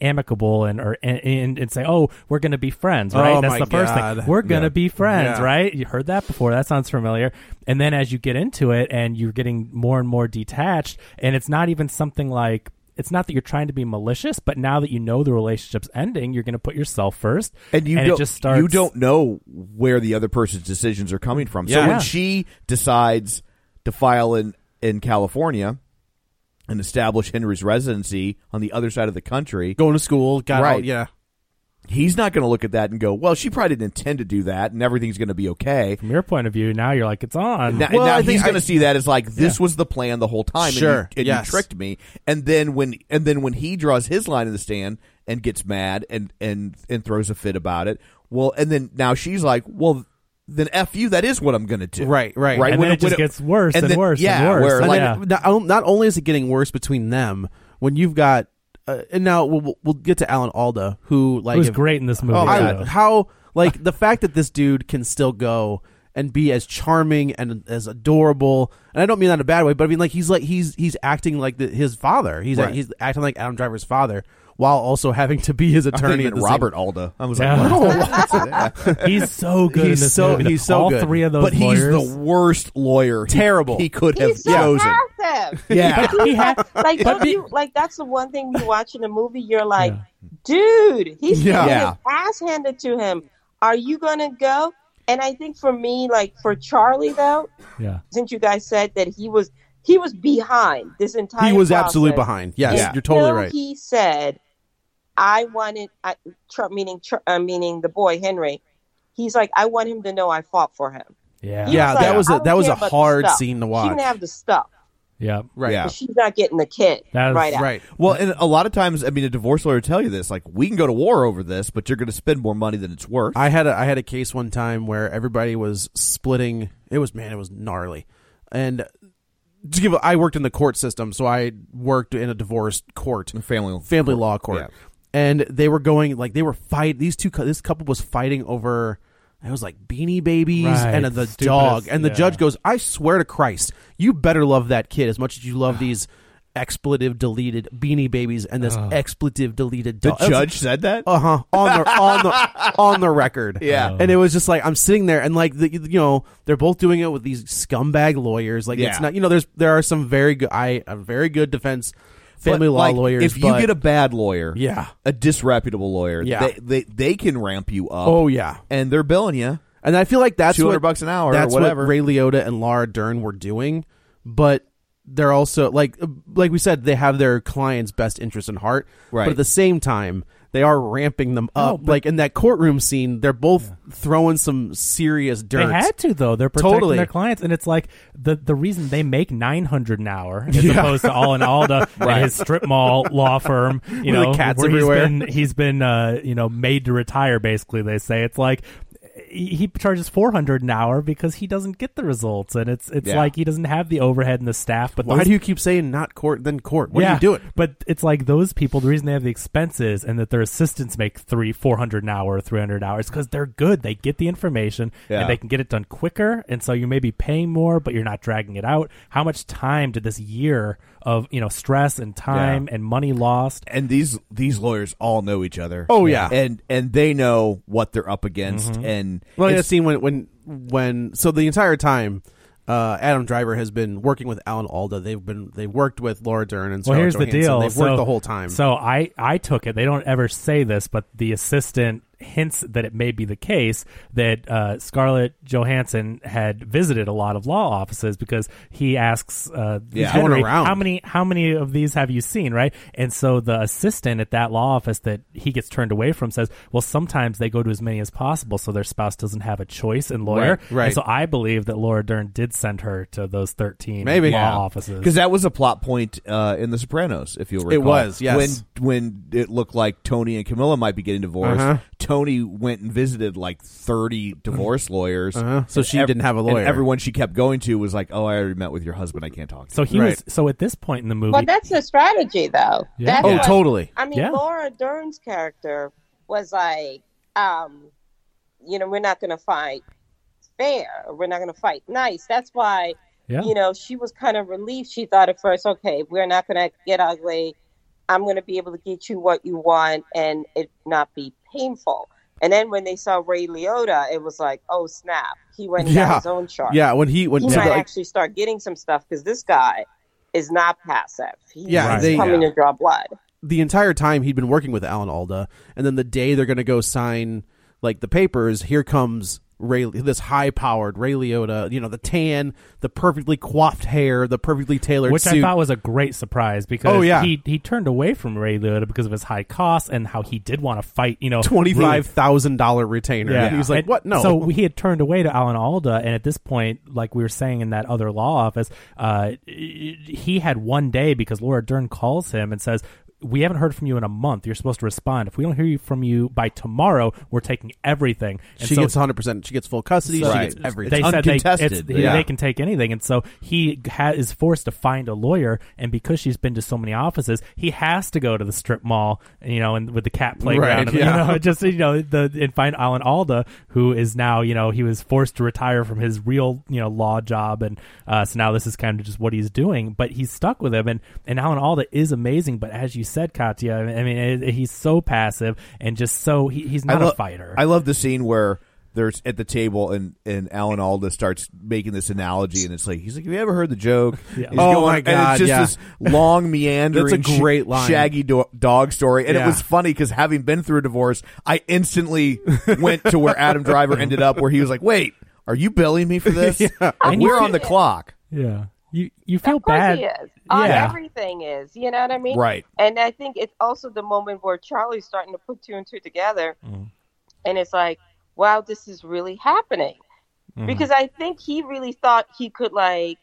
Speaker 3: amicable and or and, and, and say oh we're gonna be friends right
Speaker 2: Oh,
Speaker 3: that's
Speaker 2: my
Speaker 3: the first
Speaker 2: God.
Speaker 3: thing we're gonna
Speaker 2: Yeah.
Speaker 3: be friends
Speaker 2: Yeah.
Speaker 3: right you heard that before that sounds familiar and then as you get into it and you're getting more and more detached and it's not even something like it's not that you're trying to be malicious, but now that you know the relationship's ending, you're going to put yourself first,
Speaker 1: and you
Speaker 3: it
Speaker 1: don't,
Speaker 3: just starts.
Speaker 1: you don't know where the other person's decisions are coming from. So
Speaker 2: Yeah.
Speaker 1: when she decides to file in in California and establish Henry's residency on the other side of the country,
Speaker 2: Going to school, got
Speaker 1: Right.
Speaker 2: out. Yeah,
Speaker 1: he's not going to look at that and go, "Well, she probably didn't intend to do that, and everything's going to be okay."
Speaker 3: from your point of view, now you're like it's on.
Speaker 1: Now,
Speaker 2: Well,
Speaker 1: now
Speaker 2: I think
Speaker 1: he's
Speaker 2: I-
Speaker 1: going to see that as like this was the plan the whole time,
Speaker 2: Sure,
Speaker 1: and, you, and
Speaker 2: yes.
Speaker 1: you tricked me. And then when and then when he draws his line in the stand and gets mad and and and throws a fit about it, well, and then now she's like, well, then f you, that is what I'm going to do,
Speaker 2: Right, right.
Speaker 1: right.
Speaker 3: And then it just gets worse and
Speaker 1: then-
Speaker 3: worse and
Speaker 1: yeah,
Speaker 3: worse.
Speaker 1: where,
Speaker 3: And
Speaker 1: like,
Speaker 3: then-
Speaker 2: And not, not only is it getting worse between them when you've got uh, and now we'll, we'll get to Alan Alda who like
Speaker 3: It was
Speaker 2: if-
Speaker 3: great in this movie.
Speaker 2: Oh, I-
Speaker 3: too.
Speaker 2: how like the fact that this dude can still go and be as charming and as adorable. And I don't mean that in a bad way, but I mean like he's like he's he's acting like the, his father. He's
Speaker 1: Right.
Speaker 2: he's acting like Adam Driver's father while also having to be his attorney. at the
Speaker 1: and
Speaker 2: same-
Speaker 1: Robert Alda. I was like,
Speaker 3: Yeah.
Speaker 1: what?
Speaker 3: He's so good
Speaker 2: He's
Speaker 3: in this
Speaker 2: so-
Speaker 3: movie.
Speaker 2: he's so
Speaker 3: All
Speaker 2: good.
Speaker 3: three of those
Speaker 1: but he's
Speaker 3: lawyers.
Speaker 1: the worst lawyer. he-
Speaker 2: Terrible.
Speaker 1: He, could have
Speaker 4: He's so
Speaker 1: chosen.
Speaker 4: passive.
Speaker 1: Yeah.
Speaker 3: But he had-
Speaker 4: Like,
Speaker 3: But
Speaker 4: don't
Speaker 3: be-
Speaker 4: you, like that's the one thing you watch in a movie. You're like, dude, he's
Speaker 1: Yeah.
Speaker 4: getting
Speaker 1: Yeah.
Speaker 4: his ass handed to him. Are you gonna go? And I think for me, like for Charlie though,
Speaker 3: yeah.
Speaker 4: since you guys said that he was he was behind this entire.
Speaker 2: He was
Speaker 4: process,
Speaker 2: absolutely behind. Yes,
Speaker 1: Yeah.
Speaker 2: you're totally
Speaker 4: until
Speaker 2: right.
Speaker 4: He said, "I wanted," I, Tr- meaning Tr- uh, meaning the boy Henry. He's like, "I want him to know I fought for him."
Speaker 3: Yeah.
Speaker 4: He
Speaker 2: Yeah. that
Speaker 4: like,
Speaker 2: was a-
Speaker 4: "I don't
Speaker 2: that was
Speaker 4: care
Speaker 2: a
Speaker 4: about the
Speaker 2: hard
Speaker 4: stuff."
Speaker 2: scene to
Speaker 4: She
Speaker 2: watch.
Speaker 4: didn't have the stuff.
Speaker 3: Yeah.
Speaker 2: right.
Speaker 1: Yeah.
Speaker 4: but she's not getting the kid
Speaker 3: That is
Speaker 4: right. after.
Speaker 2: Right.
Speaker 1: Well, and a lot of times, I mean, a divorce lawyer will tell you this: like, we can go to war over this, but you're going to spend more money than it's worth.
Speaker 2: I had a, I had a case one time where everybody was splitting. It was man, it was gnarly. And to give, a, I worked in the court system, so I worked in a divorce court,
Speaker 1: family
Speaker 2: family law court,
Speaker 1: yeah.
Speaker 2: and they were going like they were fight. These two, cou- this couple was fighting over. It was like Beanie Babies
Speaker 3: Right,
Speaker 2: and the
Speaker 3: stupidest-
Speaker 2: dog, and the
Speaker 3: yeah.
Speaker 2: judge goes, "I swear to Christ, you better love that kid as much as you love these." Expletive deleted beanie babies and this expletive deleted
Speaker 1: The
Speaker 2: dog. I was like,
Speaker 1: judge said that.
Speaker 2: uh huh. On the on the on the record.
Speaker 1: Yeah.
Speaker 2: And it was just like I'm sitting there and like the, you know they're both doing it with these scumbag lawyers. Like
Speaker 1: Yeah.
Speaker 2: it's not you know there's there are some very good I a very good defense family
Speaker 1: But,
Speaker 2: law
Speaker 1: like,
Speaker 2: lawyers.
Speaker 1: If you
Speaker 2: but-
Speaker 1: get a bad lawyer,
Speaker 2: yeah.
Speaker 1: a disreputable lawyer,
Speaker 2: Yeah.
Speaker 1: they, they they can ramp you up.
Speaker 2: Oh yeah.
Speaker 1: and they're billing you.
Speaker 2: And I feel like that's
Speaker 1: 200
Speaker 2: what,
Speaker 1: bucks an hour or
Speaker 2: That's
Speaker 1: whatever.
Speaker 2: what Ray Liotta and Laura Dern were doing, but they're also like uh, like we said they have their clients' best interest in heart.
Speaker 1: Right.
Speaker 2: But at the same time, they are ramping them up. like in that courtroom scene, they're both throwing some serious dirt.
Speaker 3: They had to though. They're protecting
Speaker 2: Totally.
Speaker 3: their clients, and it's like the the reason they make nine hundred an hour as opposed to all in Alda and his strip mall law firm. You
Speaker 2: With the
Speaker 3: know,
Speaker 2: cats
Speaker 3: where he's
Speaker 2: everywhere.
Speaker 3: been he's been uh, you know made to retire. Basically, they say it's like he he charges 400 an hour because he doesn't get the results and it's it's
Speaker 1: Yeah.
Speaker 3: like he doesn't have the overhead and the staff but
Speaker 2: Why
Speaker 3: those
Speaker 2: do you keep saying not court then court? What
Speaker 3: yeah,
Speaker 2: are you doing?
Speaker 3: But it's like those people. The reason they have the expenses and that their assistants make three, four hundred an hour, three hundred hours, because they're good. They get the information
Speaker 1: Yeah.
Speaker 3: and they can get it done quicker. And so you may be paying more, but you're not dragging it out. How much time did this year of you know stress and time and money lost?
Speaker 1: and these these lawyers all know each other.
Speaker 2: Oh, yeah. Mm-hmm.
Speaker 1: and and they know what they're up against. And
Speaker 2: Well, in a
Speaker 1: it's-
Speaker 2: scene when when when so the entire time. Uh, Adam Driver has been working with Alan Alda. They've been they worked with Laura Dern and
Speaker 3: Well,
Speaker 2: Scarlett
Speaker 3: here's the
Speaker 2: Johansson.
Speaker 3: deal.
Speaker 2: They've worked
Speaker 3: So-
Speaker 2: the whole time.
Speaker 3: So I, I took it. They don't ever say this, but the assistant hints that it may be the case that uh, Scarlett Johansson had visited a lot of law offices because he asks, uh,
Speaker 1: Yeah.
Speaker 3: Henry,
Speaker 2: Going around.
Speaker 3: how many how many of these have you seen, right? And so the assistant at that law office that he gets turned away from says, well, sometimes they go to as many as possible, so their spouse doesn't have a choice in lawyer.
Speaker 2: Right, right.
Speaker 3: And so I believe that Laura Dern did send her to those thirteen
Speaker 2: Maybe.
Speaker 3: law
Speaker 2: Yeah.
Speaker 3: offices.
Speaker 1: Because that was a plot point uh, in The Sopranos, if you'll recall.
Speaker 2: was, yes.
Speaker 1: When when it looked like Tony and Camilla might be getting divorced,
Speaker 2: Uh-huh.
Speaker 1: Tony went and visited like thirty divorce lawyers.
Speaker 2: Uh-huh. So
Speaker 1: And
Speaker 2: she didn't have a
Speaker 1: and
Speaker 2: lawyer.
Speaker 1: everyone she kept going to was like, "Oh, I already met with your husband. I can't talk." to
Speaker 3: so
Speaker 1: you."
Speaker 3: he
Speaker 2: Right.
Speaker 3: was so at this point in the movie.
Speaker 4: But that's the strategy, though.
Speaker 3: Yeah.
Speaker 4: That's
Speaker 2: oh,
Speaker 4: what-
Speaker 2: totally.
Speaker 4: I mean,
Speaker 3: Yeah.
Speaker 4: Laura Dern's character was like, um, you know, we're not going to fight fair. We're not going to fight nice. That's why,
Speaker 3: Yeah.
Speaker 4: you know, she was kind of relieved. She thought at first, okay, we're not going to get ugly. I'm going to be able to get you what you want and it not be painful. And then when they saw Ray Liotta, it was like, oh snap! He went and
Speaker 2: Yeah.
Speaker 4: got his own chart.
Speaker 2: Yeah, when he when
Speaker 4: he
Speaker 2: to
Speaker 4: might
Speaker 2: the-
Speaker 4: actually start getting some stuff because this guy is not passive. He's
Speaker 2: Yeah,
Speaker 4: yeah,
Speaker 2: they-
Speaker 4: coming to draw blood.
Speaker 2: the entire time he'd been working with Alan Alda, and then the day they're going to go sign like the papers, here comes Ray, this high powered Ray Liotta. You know, the tan, the perfectly coiffed hair, the perfectly tailored
Speaker 3: which
Speaker 2: suit.
Speaker 3: I thought was a great surprise because
Speaker 2: Oh, yeah.
Speaker 3: he he turned away from Ray Liotta because of his high costs and how he did want to fight. You know,
Speaker 2: Twenty five thousand dollar retainer.
Speaker 3: Yeah.
Speaker 2: And he's like,
Speaker 3: And
Speaker 2: "What? No."
Speaker 3: So he had turned away to Alan Alda, and at this point, like we were saying in that other law office, uh, he had one day because Laura Dern calls him and says. we haven't heard from you in a month. You're supposed to respond. If we don't hear you from you by tomorrow, we're taking everything. And
Speaker 2: she
Speaker 3: so
Speaker 2: gets 100. percent She gets full custody.
Speaker 1: So
Speaker 2: she
Speaker 1: Right.
Speaker 2: gets everything.
Speaker 3: they
Speaker 1: It's
Speaker 3: said they,
Speaker 1: uncontested,
Speaker 3: it's-
Speaker 1: yeah.
Speaker 3: they can take anything, and so he ha- is forced to find a lawyer. And because she's been to so many offices, he has to go to the strip mall, you know, and with the cat playground,
Speaker 2: Right,
Speaker 3: and,
Speaker 2: yeah.
Speaker 3: you know, just you know, the and find Alan Alda, who is now you know he was forced to retire from his real you know law job, and uh, so now this is kind of just what he's doing. But he's stuck with him, and and Alan Alda is amazing. But as you said, Katya, I mean, it, he's so passive and just so he, he's not
Speaker 1: I lo-
Speaker 3: a fighter.
Speaker 1: I love the scene where there's at the table and and Alan Alda starts making this analogy and it's like he's like, have you ever heard the joke?
Speaker 3: Yeah.
Speaker 1: He's
Speaker 2: Oh, my
Speaker 1: And it's
Speaker 2: God,
Speaker 1: just
Speaker 2: yeah.
Speaker 1: this long meandering,
Speaker 2: That's a
Speaker 1: sh-
Speaker 2: great line.
Speaker 1: shaggy do- dog story. And it
Speaker 2: Yeah.
Speaker 1: was funny because having been through a divorce, I instantly went to where Adam Driver ended up, where he was like, wait, are you billing me for this? Like,
Speaker 3: And
Speaker 1: we're
Speaker 3: you-
Speaker 1: on the clock.
Speaker 3: yeah, you you feel
Speaker 4: Of course
Speaker 3: bad.
Speaker 4: he is. On
Speaker 3: Yeah.
Speaker 4: everything is. You know what I mean?
Speaker 1: Right.
Speaker 4: And I think it's also the moment where Charlie's starting to put two and two together, and it's like, wow, this is really happening.
Speaker 3: Mm-hmm.
Speaker 4: Because I think he really thought he could like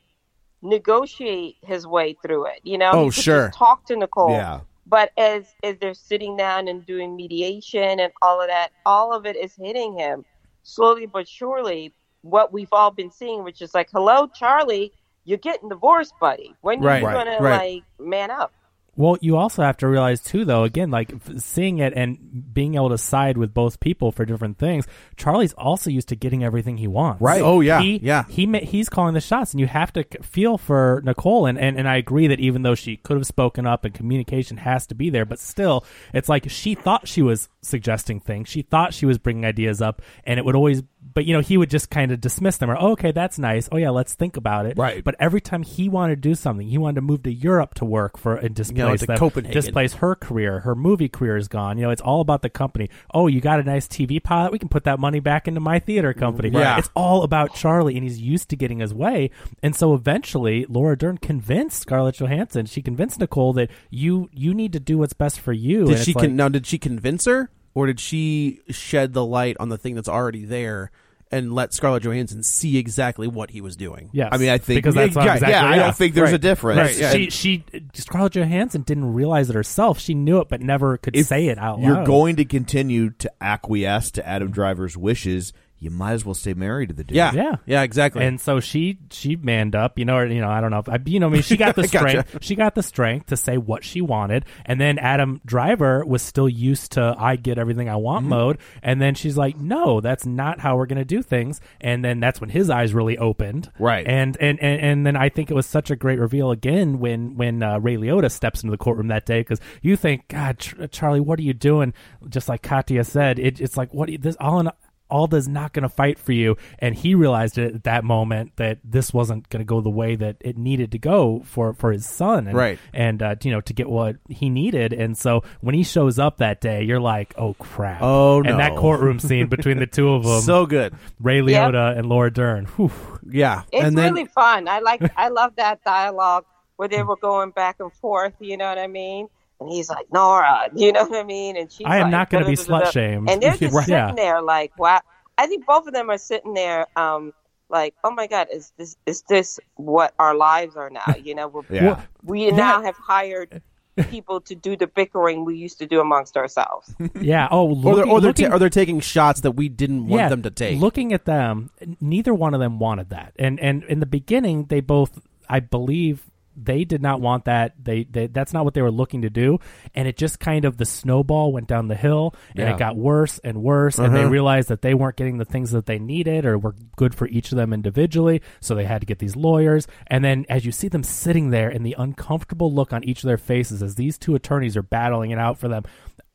Speaker 4: negotiate his way through it. You know?
Speaker 2: Oh,
Speaker 4: He could
Speaker 2: sure.
Speaker 4: just talk to Nicole.
Speaker 1: Yeah.
Speaker 4: But as as they're sitting down and doing mediation and all of that, all of it is hitting him slowly but surely. What we've all been seeing, which is like, "Hello, Charlie, you're getting divorced, buddy. When are
Speaker 2: Right,
Speaker 4: you
Speaker 2: right,
Speaker 4: gonna
Speaker 2: right.
Speaker 4: like man up?"
Speaker 3: Well, you also have to realize too, though. Again, like f- seeing it and being able to side with both people for different things. Charlie's also used to getting everything he wants.
Speaker 2: Right. Oh, yeah,
Speaker 3: He,
Speaker 2: yeah.
Speaker 3: He ma- he's calling the shots, and you have to c- feel for Nicole. And, and and I agree that even though she could have spoken up, and communication has to be there, but still, it's like she thought she was suggesting things. She thought she was bringing ideas up, and it would always. But you know, he would just kind of dismiss them, or oh, okay, that's nice. Oh yeah, let's think about it.
Speaker 2: Right.
Speaker 3: But every time he wanted to do something, he wanted to move to Europe to work for and just
Speaker 2: You know,
Speaker 3: displace
Speaker 2: to
Speaker 3: them,
Speaker 2: Copenhagen.
Speaker 3: displace her career. Her movie career is gone. You know, it's all about the company. Oh, you got a nice TV pilot. We can put that money back into my theater company.
Speaker 2: Yeah.
Speaker 3: It's all about Charlie, and he's used to getting his way. And so eventually, Laura Dern convinced Scarlett Johansson. She convinced Nicole that you you need to do what's best for you. and
Speaker 2: Did
Speaker 3: it's
Speaker 2: she
Speaker 3: like-
Speaker 2: con- now? Did she convince her, or did she shed the light on the thing that's already there and let Scarlett Johansson see exactly what he was doing?
Speaker 3: Yes.
Speaker 1: I mean, I think-
Speaker 3: because that's
Speaker 1: Yeah,
Speaker 3: what-
Speaker 1: yeah,
Speaker 3: exactly,
Speaker 1: I don't think there's a difference.
Speaker 3: Right,
Speaker 1: Right,
Speaker 3: She, she Scarlett Johansson didn't realize it herself. She knew it, but never could
Speaker 1: If
Speaker 3: say it out
Speaker 1: You're
Speaker 3: loud.
Speaker 1: going to continue to acquiesce to Adam Driver's wishes. You might as well stay married to the dude.
Speaker 2: Yeah,
Speaker 3: Yeah.
Speaker 2: yeah, exactly.
Speaker 3: And so she she manned up, you know, or you know, I don't know, if, I- you know, I mean, she got the
Speaker 2: Gotcha.
Speaker 3: strength. She got the strength to say what she wanted, and then Adam Driver was still used to I get everything I want
Speaker 2: Mm-hmm.
Speaker 3: mode, and then she's like, no, that's not how we're gonna do things, and then that's when his eyes really opened,
Speaker 1: Right.
Speaker 3: And and and, and then I think it was such a great reveal again when when uh, Ray Liotta steps into the courtroom that day because you think, God, Ch- Charlie, what are you doing? Just like Katya said, it, it's like what this all in Alda's not going to fight for you. And he realized it at that moment that this wasn't going to go the way that it needed to go for, for his son. And,
Speaker 2: Right.
Speaker 3: And, uh, you know, to get what he needed. And so when he shows up that day, you're like, oh, crap.
Speaker 2: Oh, no.
Speaker 3: And that courtroom scene between the two of
Speaker 1: Um,
Speaker 3: them,
Speaker 2: so good.
Speaker 3: Ray
Speaker 4: Yep.
Speaker 3: Liotta and Laura Dern. Whew.
Speaker 2: Yeah,
Speaker 4: It's
Speaker 2: and then
Speaker 4: really fun. I like I love that dialogue where they were going back and forth, you know what I mean? And he's like, Nora, you know what I mean? And she's
Speaker 3: I am
Speaker 4: like,
Speaker 3: not gonna be
Speaker 4: da-da-da-da-da.
Speaker 3: slut-shamed.
Speaker 4: And they're just
Speaker 3: Right.
Speaker 4: sitting
Speaker 3: Yeah.
Speaker 4: there like, wow. I think both of them are sitting there um like, oh my God, is this is this what our lives are now? You know, we're,
Speaker 1: Yeah. Well,
Speaker 4: we now have hired people to do the bickering we used to do amongst ourselves.
Speaker 3: Yeah. Oh,
Speaker 2: or they're
Speaker 3: looking-
Speaker 2: or they're,
Speaker 3: looking-
Speaker 2: ta- or they're taking shots that we didn't want them to take.
Speaker 3: Looking at them, n- neither one of them wanted that. And and in the beginning, they both, I believe, they did not want that. They, they that's not what they were looking to do. And it just kind of the snowball went down the hill, and
Speaker 2: Yeah. Uh-huh.
Speaker 3: it got worse and worse. And they realized that they weren't getting the things that they needed, or were good for each of them individually. So they had to get these lawyers. And then as you see them sitting there, and the uncomfortable look on each of their faces as these two attorneys are battling it out for them.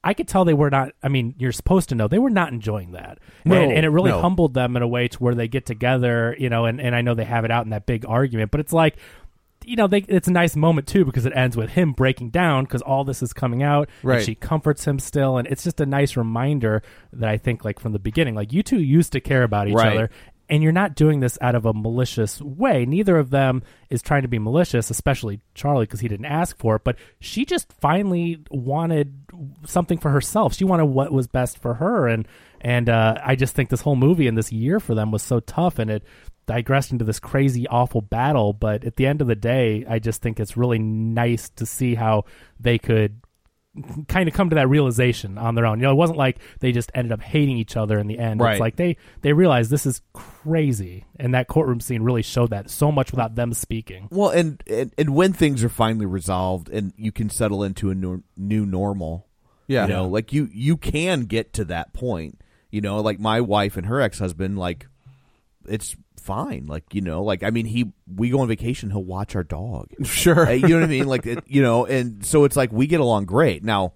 Speaker 3: I could tell they were not. I mean, you're supposed to know they were not enjoying that,
Speaker 2: No,
Speaker 3: and, and it really
Speaker 2: no.
Speaker 3: humbled them in a way to where they get together, you know. And, and I know they have it out in that big argument, but it's like, you know, they, it's a nice moment too because it ends with him breaking down because all this is coming out,
Speaker 2: Right.
Speaker 3: And she comforts him still, and it's just a nice reminder that I think, like from the beginning, like you two used to care about each
Speaker 1: Right.
Speaker 3: other, and you're not doing this out of a malicious way. Neither of them is trying to be malicious, especially Charlie because he didn't ask for it. But she just finally wanted something for herself. She wanted what was best for her, and and uh, I just think this whole movie and this year for them was so tough, and it digressed into this crazy, awful battle. But at the end of the day, I just think it's really nice to see how they could kind of come to that realization on their own. You know, it wasn't like they just ended up hating each other in the end.
Speaker 1: Right.
Speaker 3: It's like they they realized this is crazy, and that courtroom scene really showed that so much without them speaking.
Speaker 1: Well, and, and and when things are finally resolved and you can settle into a new, new normal,
Speaker 2: Yeah.
Speaker 1: you know, like you you can get to that point, you know, like my wife and her ex husband, like it's fine, like you know, like I mean, he we go on vacation, he'll watch our dog,
Speaker 2: Sure.
Speaker 1: Uh, you know what I mean, like it, you know, and so it's like we get along great now.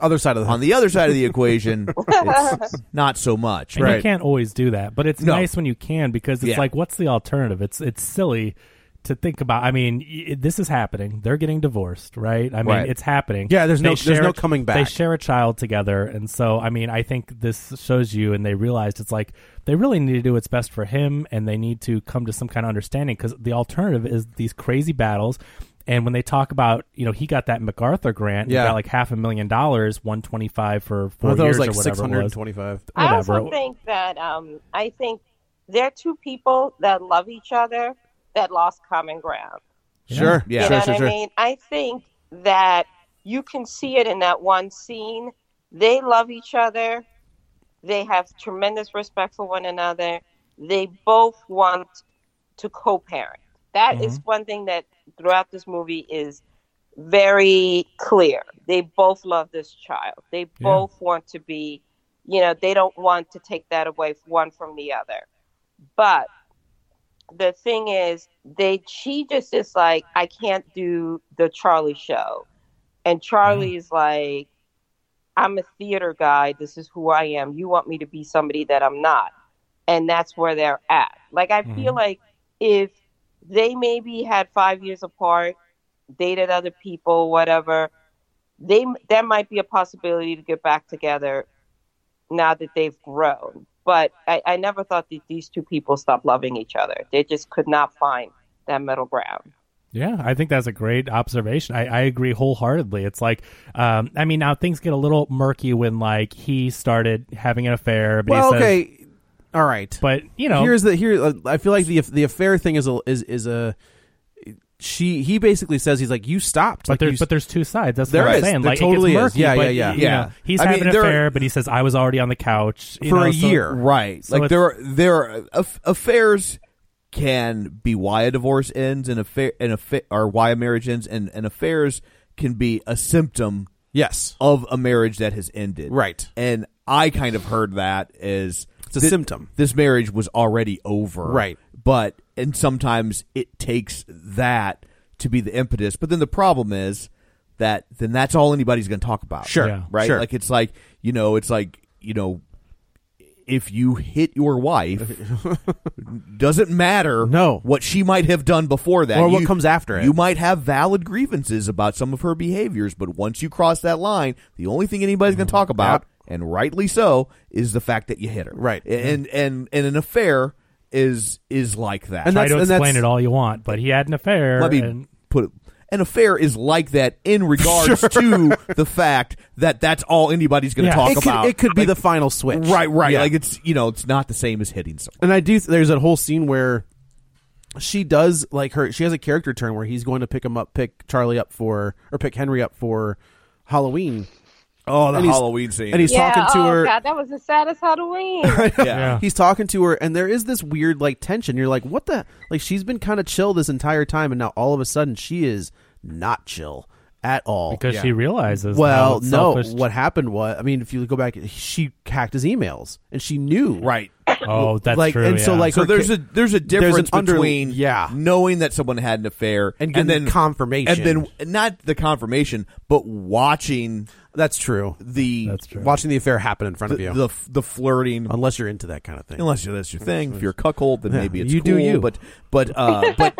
Speaker 2: Other side of the
Speaker 1: On the other side of the equation, it's not so much,
Speaker 3: And
Speaker 1: right?
Speaker 3: you can't always do that, but it's
Speaker 1: No.
Speaker 3: nice when you can because it's
Speaker 1: Yeah.
Speaker 3: like, what's the alternative? It's it's silly to think about. I mean, y- this is happening. They're getting divorced, right? I mean,
Speaker 1: Right.
Speaker 3: it's happening.
Speaker 2: Yeah, there's no-
Speaker 3: They
Speaker 2: there's no coming back.
Speaker 3: They share a child together, and so I mean, I think this shows you, and they realized it's like they really need to do what's best for him, and they need to come to some kind of understanding because the alternative is these crazy battles. And when they talk about, you know, he got that MacArthur grant, he
Speaker 2: Yeah.
Speaker 3: got like half a million dollars, one twenty five for four
Speaker 2: I thought it
Speaker 3: years
Speaker 2: was like
Speaker 3: or whatever it was.
Speaker 2: 625.
Speaker 4: I
Speaker 3: Whatever.
Speaker 4: also think that um, I think they're two people that love each other that lost common ground.
Speaker 2: Sure.
Speaker 1: Yeah.
Speaker 4: you know
Speaker 2: Sure,
Speaker 4: what
Speaker 2: sure,
Speaker 4: I
Speaker 2: sure.
Speaker 4: mean? I think that you can see it in that one scene. They love each other. They have tremendous respect for one another. They both want to co-parent. That is one thing that throughout this movie is very clear. They both love this child. They both want to be, you know, they don't want to take that away one from the other. But the thing is, they she just is like, I can't do the Charlie show, and Charlie is like, I'm a theater guy. This is who I am. You want me to be somebody that I'm not, and that's where they're at. Like I feel like if they maybe had five years apart, dated other people, whatever, they there might be a possibility to get back together now that they've grown. But I, I never thought that these two people stopped loving each other. They just could not find that middle ground.
Speaker 3: Yeah, I think that's a great observation. I, I agree wholeheartedly. It's like, um, I mean, now things get a little murky when like he started having an affair. But he
Speaker 2: Well,
Speaker 3: says-
Speaker 2: okay. All right.
Speaker 3: but you know,
Speaker 2: here's the here. uh, I feel like the the affair thing is a is is a. She he basically says he's like you stopped.
Speaker 3: but
Speaker 2: like, you
Speaker 3: there's
Speaker 2: s-
Speaker 3: but there's two sides. That's
Speaker 2: There
Speaker 3: what I'm
Speaker 2: is.
Speaker 3: saying.
Speaker 2: There
Speaker 3: like it
Speaker 2: totally
Speaker 3: gets
Speaker 2: is.
Speaker 3: murky.
Speaker 2: Yeah,
Speaker 3: but,
Speaker 2: yeah, yeah.
Speaker 3: you
Speaker 1: Yeah.
Speaker 3: know, he's
Speaker 1: I mean,
Speaker 3: having an
Speaker 1: there are-
Speaker 3: affair, but he says I was already on the couch you
Speaker 2: For
Speaker 3: know,
Speaker 2: a
Speaker 3: so-
Speaker 2: year.
Speaker 1: right?
Speaker 3: So it's-
Speaker 1: like there are there are uh, aff- affairs can be why a divorce ends, and affair and affair or why a marriage ends, and, and affairs can be a symptom
Speaker 2: yes,
Speaker 1: of a marriage that has ended,
Speaker 2: Right.
Speaker 1: And I kind of heard that as
Speaker 2: It's a
Speaker 1: thi-
Speaker 2: symptom.
Speaker 1: This marriage was already over,
Speaker 2: Right.
Speaker 1: But and sometimes it takes that to be the impetus. But then the problem is that then that's all anybody's going to talk about,
Speaker 2: Sure.
Speaker 3: Yeah.
Speaker 1: right?
Speaker 2: Sure.
Speaker 1: Like it's like you know, it's like you know, if you hit your wife, doesn't matter.
Speaker 2: No.
Speaker 1: what she might have done before that,
Speaker 2: Or what
Speaker 1: You-
Speaker 2: comes after it.
Speaker 1: You might have valid grievances about some of her behaviors, but once you cross that line, the only thing anybody's going to talk about, and rightly so, is the fact that you hit her.
Speaker 2: Right.
Speaker 1: And and and an affair is is like that.
Speaker 2: And
Speaker 3: Try
Speaker 2: that's-
Speaker 3: to
Speaker 2: that's-
Speaker 3: explain it all you want, but he had an affair.
Speaker 1: Let me
Speaker 3: and-
Speaker 1: put it. An affair is like that in regards to the fact that that's all anybody's going to
Speaker 3: Yeah.
Speaker 1: talk
Speaker 2: it could,
Speaker 1: about.
Speaker 2: it could be the final switch.
Speaker 1: Right, right.
Speaker 2: Yeah.
Speaker 1: Like it's you know it's not the same as hitting someone.
Speaker 2: and I do. There's that whole scene where she does like her. She has a character turn where he's going to pick him up, pick Charlie up for, or pick Henry up for Halloween.
Speaker 1: Oh, the
Speaker 2: And he's-
Speaker 1: Halloween scene.
Speaker 2: and he's talking to her.
Speaker 4: oh, that was the saddest Halloween.
Speaker 1: yeah.
Speaker 2: He's talking to her, and there is this weird like tension. You're like, what the? Like she's been kind of chill this entire time, and now all of a sudden she is not chill at all.
Speaker 3: because she realizes.
Speaker 2: well,
Speaker 3: how
Speaker 2: no.
Speaker 3: selfish-
Speaker 2: What happened was, I mean, if you go back, she hacked his emails, and she knew.
Speaker 1: right.
Speaker 3: Oh, that's
Speaker 2: like,
Speaker 3: true.
Speaker 2: and so,
Speaker 3: yeah.
Speaker 2: like,
Speaker 1: So
Speaker 2: her
Speaker 1: there's
Speaker 2: ca-
Speaker 1: a there's
Speaker 2: there's
Speaker 1: a
Speaker 2: an
Speaker 1: difference
Speaker 2: under-
Speaker 1: between
Speaker 2: yeah.
Speaker 1: knowing that someone had an affair
Speaker 2: And getting
Speaker 1: then
Speaker 2: confirmation.
Speaker 1: and then not the confirmation, but watching
Speaker 2: That's true.
Speaker 1: the
Speaker 3: That's true.
Speaker 2: Watching the affair happen in front of you,
Speaker 1: the, the the flirting.
Speaker 2: unless you're into that kind of thing.
Speaker 1: Unless you- that's your thing, if you're a cuckold, then maybe it's
Speaker 2: you do
Speaker 1: cool,
Speaker 2: you.
Speaker 1: But but uh, but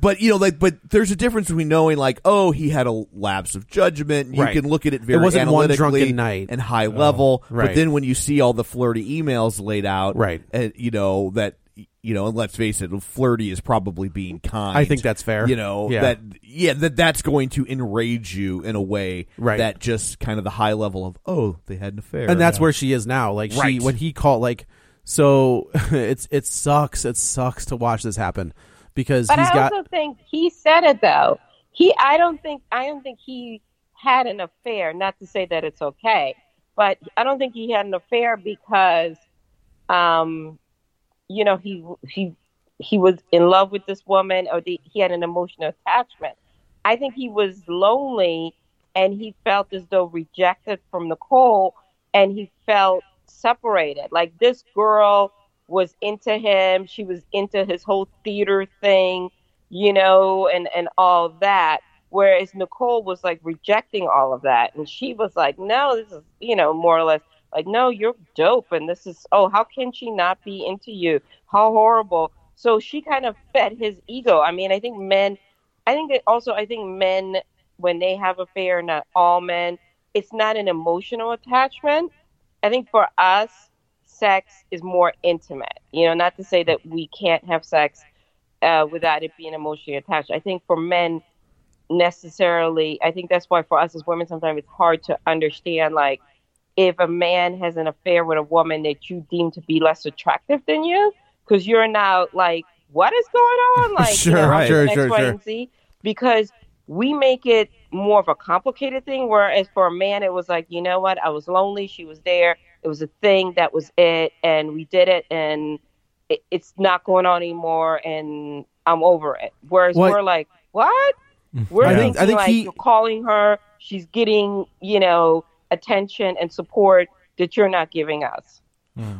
Speaker 1: but you know, like, but there's a difference between knowing, like, oh, he had a lapse of judgment. You
Speaker 2: Right.
Speaker 1: can look at
Speaker 2: It
Speaker 1: it very
Speaker 2: wasn't one
Speaker 1: analytically
Speaker 2: drunken night. Oh,
Speaker 1: and high level. But
Speaker 2: right.
Speaker 1: then when you see all the flirty emails laid out,
Speaker 2: Right.
Speaker 1: and you know that. You know, and let's face it, flirty is probably being kind.
Speaker 2: I think that's fair.
Speaker 1: You know
Speaker 2: Yeah.
Speaker 1: that, yeah, that that's going to enrage you in a way
Speaker 2: Right.
Speaker 1: that just kind of the high level of oh, they had an affair,
Speaker 2: and that's where she is now. Like she
Speaker 1: Right.
Speaker 2: when he called like so it's it sucks. It sucks to watch this happen because
Speaker 4: But
Speaker 2: he's
Speaker 4: I
Speaker 2: got
Speaker 4: also think he said it though. He, I don't think, I don't think he had an affair, not to say that it's okay, but I don't think he had an affair because, um, you know, he he he was in love with this woman or the, he had an emotional attachment. I think he was lonely and he felt as though rejected from Nicole and he felt separated. Like this girl was into him, she was into his whole theater thing, you know, and and all that. Whereas Nicole was like rejecting all of that, and she was like, "No, this is you know more or less like no, you're dope, and this is oh how can she not be into you? How horrible!" So she kind of fed his ego. I mean, I think men, I think that also I think men when they have affair, not all men, it's not an emotional attachment. I think for us, sex is more intimate. You know, not to say that we can't have sex uh, without it being emotionally attached. I think for men necessarily i think that's why for us as women sometimes it's hard to understand like if a man has an affair with a woman that you deem to be less attractive than you because you're now like what is going on like you
Speaker 2: Sure,
Speaker 4: know,
Speaker 2: right. Sure,
Speaker 4: X,
Speaker 2: sure,
Speaker 4: Y,
Speaker 2: sure.
Speaker 4: and Z. because we make it more of a complicated thing whereas for a man it was like you know what i was lonely she was there it was a thing that was it and we did it and it, it's not going on anymore and i'm over it whereas
Speaker 2: Well, I-
Speaker 4: we're like what we're
Speaker 2: Mm. I think-
Speaker 4: thinking
Speaker 2: I think
Speaker 4: like
Speaker 2: he-
Speaker 4: you're calling her. She's getting you know attention and support that you're not giving us.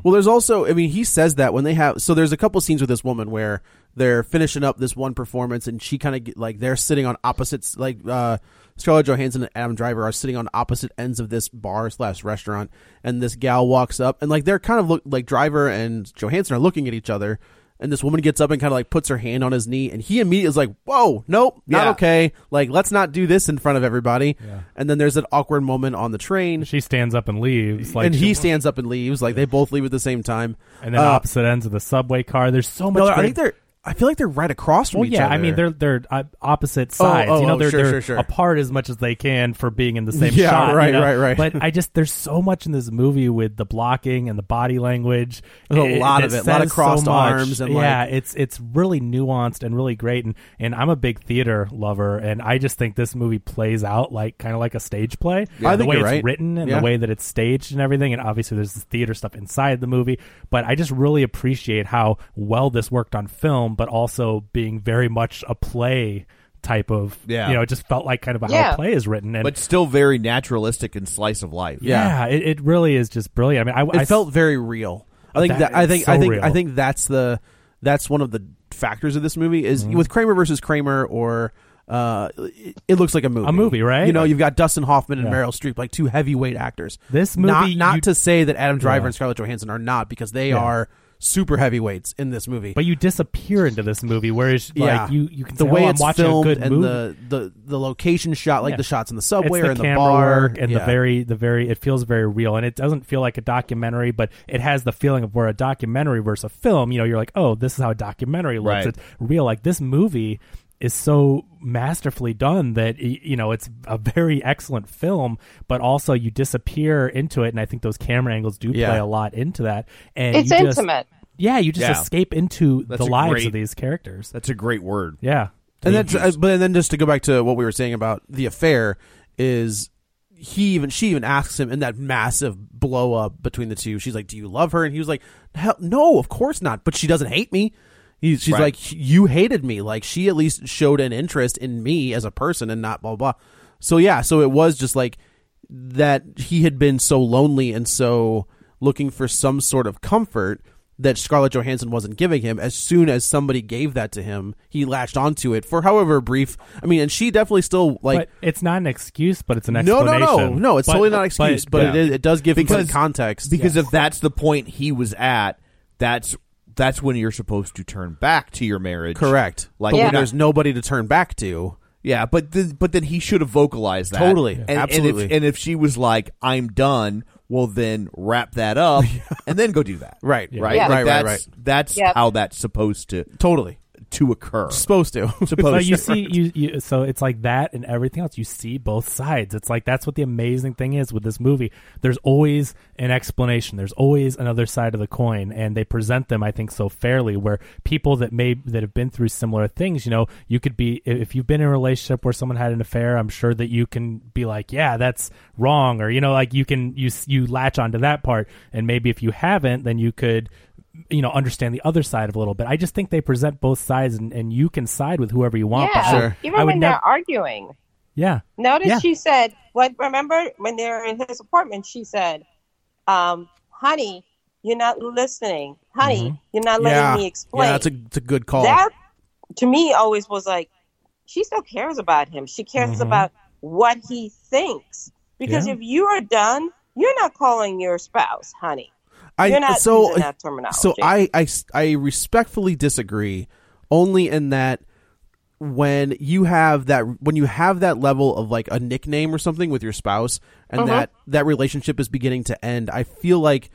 Speaker 2: Well, there's also, I mean, he says that when they have, so there's a couple scenes with this woman where they're finishing up this one performance and she kind of like they're sitting on opposites, like uh, Scarlett Johansson and Adam Driver are sitting on opposite ends of this bar slash restaurant, and this gal walks up and like they're kind of look like Driver and Johansson are looking at each other. And this woman gets up and kind of like puts her hand on his knee, and he immediately is like, "Whoa, nope, not
Speaker 1: Yeah.
Speaker 2: okay. Like, let's not do this in front of everybody." And then there's an awkward moment on the train,
Speaker 3: She stands up and leaves. Like
Speaker 2: and
Speaker 3: she-
Speaker 2: he stands up and leaves. Like they both leave at the same time.
Speaker 3: and then
Speaker 2: Uh,
Speaker 3: opposite ends of the subway car. There's so much.
Speaker 2: No, I
Speaker 3: great-
Speaker 2: think they're. I feel like they're right across from
Speaker 3: Well,
Speaker 2: each
Speaker 3: yeah.
Speaker 2: other.
Speaker 3: I mean, they're they're uh, opposite sides.
Speaker 2: oh,
Speaker 3: you know,
Speaker 2: oh,
Speaker 3: they're,
Speaker 2: sure,
Speaker 3: they're
Speaker 2: sure, sure.
Speaker 3: apart as much as they can for being in the same
Speaker 2: Yeah,
Speaker 3: shot. you
Speaker 2: right,
Speaker 3: know?
Speaker 2: right, right.
Speaker 3: But I just there's so much in this movie with the blocking and the body language.
Speaker 2: There's a lot of
Speaker 3: that
Speaker 2: it, a lot of
Speaker 3: says
Speaker 2: crossed
Speaker 3: so much.
Speaker 2: arms and, like-
Speaker 3: yeah, it's it's really nuanced and really great. And and I'm a big theater lover, and I just think this movie plays out like kind of like a stage play.
Speaker 2: I
Speaker 3: the
Speaker 2: think
Speaker 3: way
Speaker 2: you're
Speaker 3: it's
Speaker 2: right.
Speaker 3: written and
Speaker 2: Yeah.
Speaker 3: the way that it's staged and everything. And obviously, there's this theater stuff inside the movie. But I just really appreciate how well this worked on film, but also being very much a play type of.
Speaker 1: Yeah.
Speaker 3: You know, it just felt like kind of how
Speaker 4: Yeah.
Speaker 3: a play is written. And
Speaker 1: but still very naturalistic and slice of life.
Speaker 3: yeah, it, it really is just brilliant. I mean, I,
Speaker 2: It
Speaker 3: I
Speaker 2: felt very real. I think
Speaker 3: That
Speaker 2: that, I
Speaker 3: is
Speaker 2: think
Speaker 3: so
Speaker 2: I think
Speaker 3: real.
Speaker 2: I think that's the that's one of the factors of this movie is
Speaker 3: Mm-hmm.
Speaker 2: with Kramer versus Kramer or. Uh, it, it looks like a movie.
Speaker 3: A movie, right?
Speaker 2: You know, you've got Dustin Hoffman and
Speaker 3: Yeah.
Speaker 2: Meryl Streep, like two heavyweight actors.
Speaker 3: This
Speaker 2: not,
Speaker 3: movie,
Speaker 2: not
Speaker 3: you-
Speaker 2: to say that Adam Driver
Speaker 3: Yeah.
Speaker 2: and Scarlett Johansson are not, because they
Speaker 3: Yeah.
Speaker 2: are super heavyweights in this movie.
Speaker 3: But you disappear into this movie, whereas like
Speaker 2: yeah,
Speaker 3: you you can
Speaker 2: the
Speaker 3: say,
Speaker 2: way
Speaker 3: oh,
Speaker 2: it's
Speaker 3: I'm watching
Speaker 2: filmed
Speaker 3: a good
Speaker 2: and
Speaker 3: movie.
Speaker 2: the, the the location shot, like
Speaker 3: Yeah.
Speaker 2: the shots in the subway
Speaker 3: it's the
Speaker 2: or in the
Speaker 3: camera
Speaker 2: bar,
Speaker 3: work and
Speaker 2: Yeah.
Speaker 3: the very the very it feels very real and it doesn't feel like a documentary but it has the feeling of where a documentary versus a film you know you're like oh this is how a documentary looks
Speaker 1: Right.
Speaker 3: it's real like this movie is so masterfully done that y- you know it's a very excellent film but also you disappear into it and i think those camera angles do
Speaker 2: Yeah.
Speaker 3: play a lot into that and
Speaker 4: It's
Speaker 3: you just-
Speaker 4: intimate.
Speaker 3: yeah you just
Speaker 1: Yeah.
Speaker 3: escape into
Speaker 1: That's
Speaker 3: the
Speaker 1: a
Speaker 3: lives
Speaker 1: great-
Speaker 3: of these characters
Speaker 1: That's a great word.
Speaker 3: yeah
Speaker 2: and that's uh, but then just to go back to what we were saying about the affair is he even she even asks him in that massive blow up between the two she's like do you love her and he was like Hell, no of course not but she doesn't hate me he, she's
Speaker 1: Right.
Speaker 2: like you hated me like she at least showed an interest in me as a person and not blah blah so yeah so it was just like that he had been so lonely and so looking for some sort of comfort that Scarlett Johansson wasn't giving him. As soon as somebody gave that to him, he latched onto it for however brief. I mean, and she definitely still like.
Speaker 3: but it's not an excuse, but it's an
Speaker 2: no, no,
Speaker 3: explanation.
Speaker 2: no, no! It's
Speaker 3: But-
Speaker 2: totally not an excuse, but, it, is, it does give him some
Speaker 1: Because-
Speaker 2: context.
Speaker 1: Because if that's the point he was at, that's that's when you're supposed to turn back to your marriage.
Speaker 2: correct,
Speaker 1: Like
Speaker 2: but
Speaker 1: yeah.
Speaker 2: when there's nobody to turn back to,
Speaker 1: yeah, but then, but then he should have vocalized that
Speaker 2: Totally.
Speaker 1: And-
Speaker 2: Absolutely.
Speaker 1: And if, and if she was like, "I'm done," well, then wrap that up and then go do that.
Speaker 2: Right.
Speaker 1: Right.
Speaker 2: Yeah.
Speaker 1: Like
Speaker 2: Right, right,
Speaker 1: That's
Speaker 2: right.
Speaker 1: that's
Speaker 4: Yep.
Speaker 1: how that's supposed to
Speaker 2: totally,
Speaker 1: to occur.
Speaker 2: supposed to.
Speaker 3: So
Speaker 1: Supposed
Speaker 3: you
Speaker 1: to.
Speaker 3: see, you, you so it's like that and everything else. You see both sides. It's like that's what the amazing thing is with this movie. There's always an explanation. There's always another side of the coin, and they present them, I think, so fairly. Where people that may that have been through similar things, you know, you could be if you've been in a relationship where someone had an affair. I'm sure that you can be like, yeah, that's wrong, or you know, like you can you you latch onto that part, and maybe if you haven't, then you could you know understand the other side of a little bit. I just think they present both sides, and, and you can side with whoever you want.
Speaker 4: yeah,
Speaker 3: but I-
Speaker 4: even
Speaker 3: I would
Speaker 4: when
Speaker 3: nev-
Speaker 4: they're arguing.
Speaker 3: yeah,
Speaker 4: Notice
Speaker 3: Yeah.
Speaker 4: she said, "What? Remember when they were in his apartment? She said, um, honey, you're not listening. Honey,
Speaker 3: Mm-hmm.
Speaker 4: you're not letting
Speaker 2: yeah.
Speaker 4: me explain.'
Speaker 2: Yeah, that's a, it's a good call.
Speaker 4: that to me always was like she still cares about him she cares about what he thinks because
Speaker 3: Mm-hmm. Yeah.
Speaker 4: if you are done you're not calling your spouse honey
Speaker 2: I
Speaker 4: you're not
Speaker 2: so
Speaker 4: using that terminology
Speaker 2: so I, I s- I respectfully disagree, only in that when you have that when you have that level of like a nickname or something with your spouse, and
Speaker 1: Uh-huh.
Speaker 2: that that relationship is beginning to end, I feel like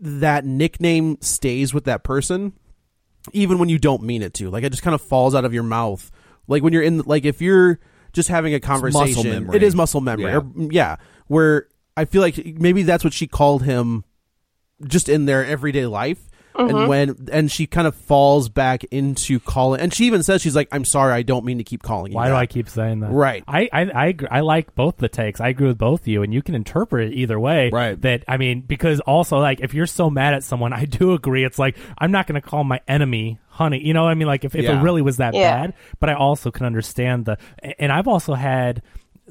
Speaker 2: that nickname stays with that person, even when you don't mean it to. Like it just kind of falls out of your mouth. Like when you're in like if you're just having a
Speaker 1: muscle
Speaker 2: conversation,
Speaker 1: memory.
Speaker 2: it is muscle memory.
Speaker 1: Yeah.
Speaker 2: Or- yeah, where I feel like maybe that's what she called him just in their everyday life.
Speaker 4: Mm-hmm.
Speaker 2: And when and she kind of falls back into calling, and she even says she's like, "I'm sorry, I don't mean to keep calling you."
Speaker 3: Why do
Speaker 2: that."
Speaker 3: I keep saying that?
Speaker 2: Right.
Speaker 3: I I I, agree. I like both the takes. I agree with both of you, and you can interpret it either way.
Speaker 1: Right.
Speaker 3: That I mean, because also like if you're so mad at someone, I do agree. It's like I'm not going to call my enemy honey. You know what I mean? Like if, if
Speaker 1: Yeah.
Speaker 3: it really was that
Speaker 4: Yeah.
Speaker 3: bad, but I also can understand the. And I've also had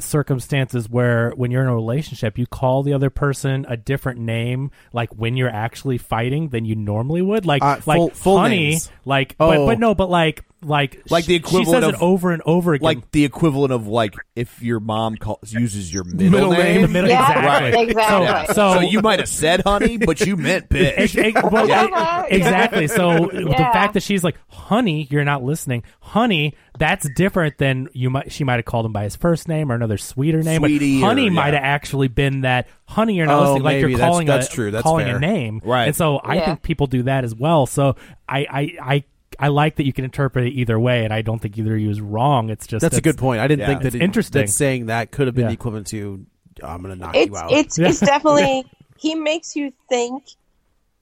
Speaker 3: circumstances where when you're in a relationship you call the other person a different name like when you're actually fighting than you normally would like
Speaker 2: Uh,
Speaker 3: like
Speaker 2: full- full
Speaker 3: honey
Speaker 2: names.
Speaker 3: like
Speaker 2: Oh.
Speaker 3: but, but no but like like
Speaker 1: Like
Speaker 3: she-
Speaker 1: the
Speaker 3: she
Speaker 1: equivalent
Speaker 3: says
Speaker 1: of-
Speaker 3: it over and over again
Speaker 1: like the equivalent of like if your mom calls, uses your middle,
Speaker 2: Middle name.
Speaker 3: the middle-
Speaker 4: Yeah,
Speaker 3: exactly.
Speaker 4: exactly.
Speaker 3: So,
Speaker 4: Yeah.
Speaker 3: so,
Speaker 1: So you might have said honey, but you meant
Speaker 3: ex-
Speaker 1: bitch.
Speaker 3: ex- well,
Speaker 4: Yeah.
Speaker 3: exactly. So the
Speaker 4: Uh-huh. Yeah.
Speaker 3: fact that she's like, "Honey, you're not listening." Honey, that's different than you might. She might have called him by his first name or another sweeter name. but
Speaker 1: Sweetie or-
Speaker 3: honey
Speaker 1: yeah.
Speaker 3: might have actually been that. Honey, you're not
Speaker 2: Oh,
Speaker 3: listening. Like
Speaker 2: maybe.
Speaker 3: you're
Speaker 2: That's-
Speaker 3: calling
Speaker 2: that's
Speaker 3: a,
Speaker 2: true. That's
Speaker 3: calling
Speaker 2: fair.
Speaker 3: a name,
Speaker 1: Right.
Speaker 3: And so I
Speaker 4: Yeah.
Speaker 3: think people do that as well. So I, I, I, I like that you can interpret it either way, and I don't think either of you is wrong. It's just
Speaker 2: That's a
Speaker 3: it's-
Speaker 2: good point. I didn't
Speaker 1: Yeah.
Speaker 2: think that
Speaker 3: It's
Speaker 2: it,
Speaker 3: interesting.
Speaker 2: that saying that could have been
Speaker 3: Yeah.
Speaker 2: the equivalent to "I'm going to knock you
Speaker 4: it's
Speaker 2: out."
Speaker 4: it's it's definitely he makes you think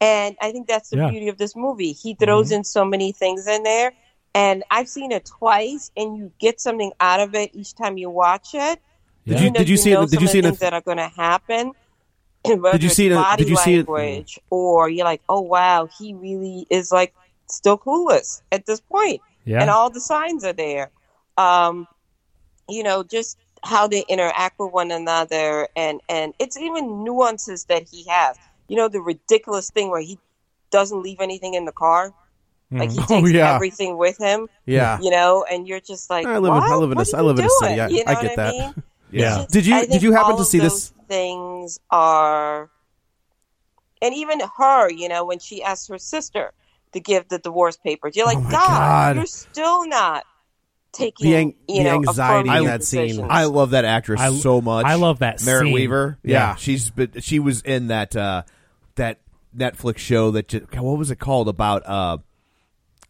Speaker 4: and i think that's the
Speaker 3: Yeah.
Speaker 4: beauty of this movie he throws
Speaker 2: Mm-hmm.
Speaker 4: in so many things in there and i've seen it twice and you get something out of it each time you watch it
Speaker 3: Did
Speaker 2: you-
Speaker 4: Even
Speaker 2: did
Speaker 4: if
Speaker 2: you see it-
Speaker 4: know
Speaker 2: did
Speaker 4: some
Speaker 2: you
Speaker 4: of
Speaker 2: see it
Speaker 4: the
Speaker 2: in-
Speaker 4: things that are going to happen whether
Speaker 2: you
Speaker 4: it's
Speaker 2: see it in-
Speaker 4: body
Speaker 2: did you see it-
Speaker 4: language or you're like oh wow he really is like still clueless at this point
Speaker 3: Yeah.
Speaker 4: and all the signs are there um you know just how they interact with one another and and it's even nuances that he has you know the ridiculous thing where he doesn't leave anything in the car like he
Speaker 2: Mhm.
Speaker 4: takes
Speaker 2: Oh, yeah.
Speaker 4: everything with him
Speaker 2: yeah.
Speaker 4: you know and you're just like
Speaker 2: I live in- I
Speaker 4: "What?
Speaker 2: live in a-
Speaker 4: What are
Speaker 2: I live
Speaker 4: you
Speaker 2: in a city.
Speaker 4: doing?"
Speaker 2: I-
Speaker 4: You
Speaker 2: I
Speaker 4: know
Speaker 2: get
Speaker 4: what
Speaker 2: that.
Speaker 4: mean?
Speaker 3: Yeah.
Speaker 4: It's just-
Speaker 2: Did you-
Speaker 4: I
Speaker 2: did
Speaker 4: think
Speaker 2: you happen
Speaker 4: all
Speaker 2: to
Speaker 4: of
Speaker 2: see this-
Speaker 4: those Things are, and even her, you know, when she asked her sister to give the divorce papers, you're like,
Speaker 2: my
Speaker 4: God,
Speaker 2: God.
Speaker 4: you're still not taking
Speaker 2: The ang-
Speaker 4: you
Speaker 2: the
Speaker 4: know
Speaker 2: anxiety
Speaker 4: affirmative
Speaker 2: in that scene.
Speaker 4: decisions.
Speaker 1: I love that actress
Speaker 3: I-
Speaker 1: so much.
Speaker 3: I love that
Speaker 1: Merritt
Speaker 3: scene.
Speaker 1: Weaver.
Speaker 2: Yeah.
Speaker 1: she's been, she was in that uh, that Netflix show that ju- God, what was it called about uh,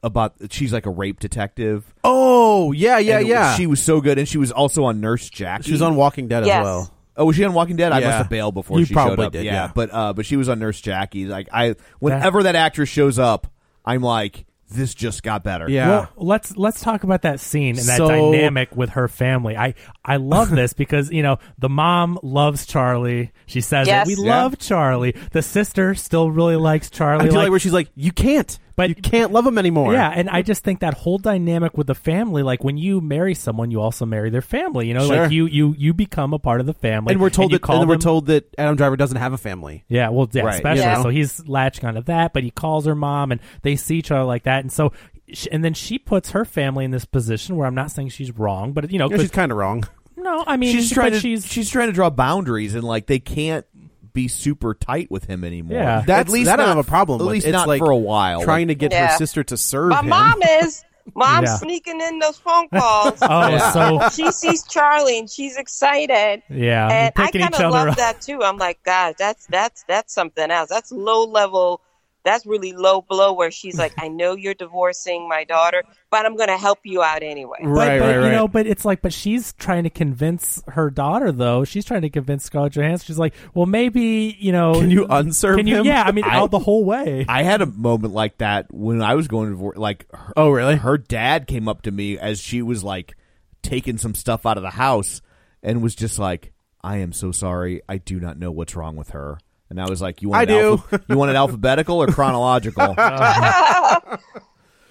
Speaker 1: about she's like a rape detective.
Speaker 2: Oh yeah, yeah,
Speaker 1: And it-
Speaker 2: yeah.
Speaker 1: She was so good, and she was also on Nurse Jackie.
Speaker 2: she was on Walking Dead
Speaker 4: Yes.
Speaker 2: as well.
Speaker 1: Oh, was she on Walking Dead? I
Speaker 2: Yeah.
Speaker 1: must have bailed before
Speaker 2: You
Speaker 1: she showed
Speaker 2: probably
Speaker 1: up.
Speaker 2: did,
Speaker 1: yeah.
Speaker 2: yeah.
Speaker 1: but uh, but she was on Nurse Jackie. Like I, whenever that, actress shows up, I'm like, this just got better.
Speaker 2: Yeah.
Speaker 3: Well, let's let's talk about that scene and that
Speaker 2: So-
Speaker 3: dynamic with her family. I I love this because you know the mom loves Charlie. She says
Speaker 4: Yes.
Speaker 3: it. we
Speaker 1: Yeah.
Speaker 3: love Charlie. The sister still really likes
Speaker 2: I
Speaker 3: Charlie.
Speaker 2: feel like,
Speaker 3: Like,
Speaker 2: where she's like, "You can't,
Speaker 3: But-
Speaker 2: you can't love him anymore."
Speaker 3: yeah, and I just think that whole dynamic with the family, like when you marry someone, you also marry their family. You know,
Speaker 2: Sure.
Speaker 3: like you you you become a part of the family,
Speaker 2: and we're told
Speaker 3: you
Speaker 2: that,
Speaker 3: call
Speaker 2: and we're
Speaker 3: them-
Speaker 2: told that Adam Driver doesn't have a family.
Speaker 3: Yeah, well, yeah,
Speaker 1: Right,
Speaker 3: especially
Speaker 2: you know.
Speaker 3: so he's latching onto that, but he calls her mom, and they see each other like that, and so, sh- and then she puts her family in this position where I'm not saying she's wrong, but you know,
Speaker 2: Yeah,
Speaker 3: 'cause-
Speaker 2: she's kind of wrong.
Speaker 3: no, I mean,
Speaker 1: she's trying
Speaker 3: but
Speaker 1: to
Speaker 3: she's
Speaker 1: she's, trying to draw boundaries, and like they can't be super tight with him anymore.
Speaker 3: Yeah.
Speaker 2: That's,
Speaker 1: at least
Speaker 2: that I
Speaker 1: not,
Speaker 2: don't have a problem.
Speaker 1: At
Speaker 2: with.
Speaker 1: least
Speaker 2: It's
Speaker 1: not
Speaker 2: like
Speaker 1: for a while.
Speaker 2: Trying to get
Speaker 4: Yeah.
Speaker 2: her sister to serve
Speaker 4: My
Speaker 2: him.
Speaker 4: mom is. Mom's
Speaker 3: Yeah.
Speaker 4: sneaking in those phone calls.
Speaker 3: Oh,
Speaker 1: Yeah.
Speaker 3: so
Speaker 4: she sees Charlie and she's excited.
Speaker 3: yeah,
Speaker 4: and I
Speaker 3: picking
Speaker 4: kind
Speaker 3: each
Speaker 4: of
Speaker 3: other
Speaker 4: love
Speaker 3: up.
Speaker 4: that too. I'm like, God, that's that's that's something else. That's low level that's really low blow where she's like, I know you're divorcing my daughter, but I'm going to help you out anyway.
Speaker 3: but, but, You know, but it's like, but she's trying to convince her daughter, though. She's trying to convince Scarlett Johansson. She's like, well, maybe you know,
Speaker 2: Can you unserve
Speaker 3: can you-
Speaker 2: him?
Speaker 3: Yeah, I mean,
Speaker 1: I-
Speaker 3: out the whole way.
Speaker 1: I had a moment like that when I was going to divorce. Like, her,
Speaker 2: Oh, really?
Speaker 1: Her dad came up to me as she was like taking some stuff out of the house and was just like, "I am so sorry. I do not know what's wrong with her." And I was like, "You want
Speaker 2: I
Speaker 1: it
Speaker 2: do.
Speaker 1: alpha- you want it alphabetical or chronological?" but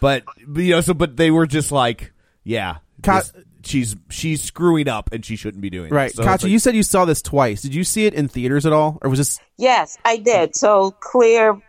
Speaker 1: but, you know, so but they were just like, "Yeah,
Speaker 2: Ka-
Speaker 1: this- she's she's screwing up and she shouldn't be doing it."
Speaker 2: Right,
Speaker 1: So it's
Speaker 2: Katya,
Speaker 1: like-
Speaker 2: you said you saw this twice. Did you see it in theaters at all, or was this?
Speaker 4: Yes, I did. So clear,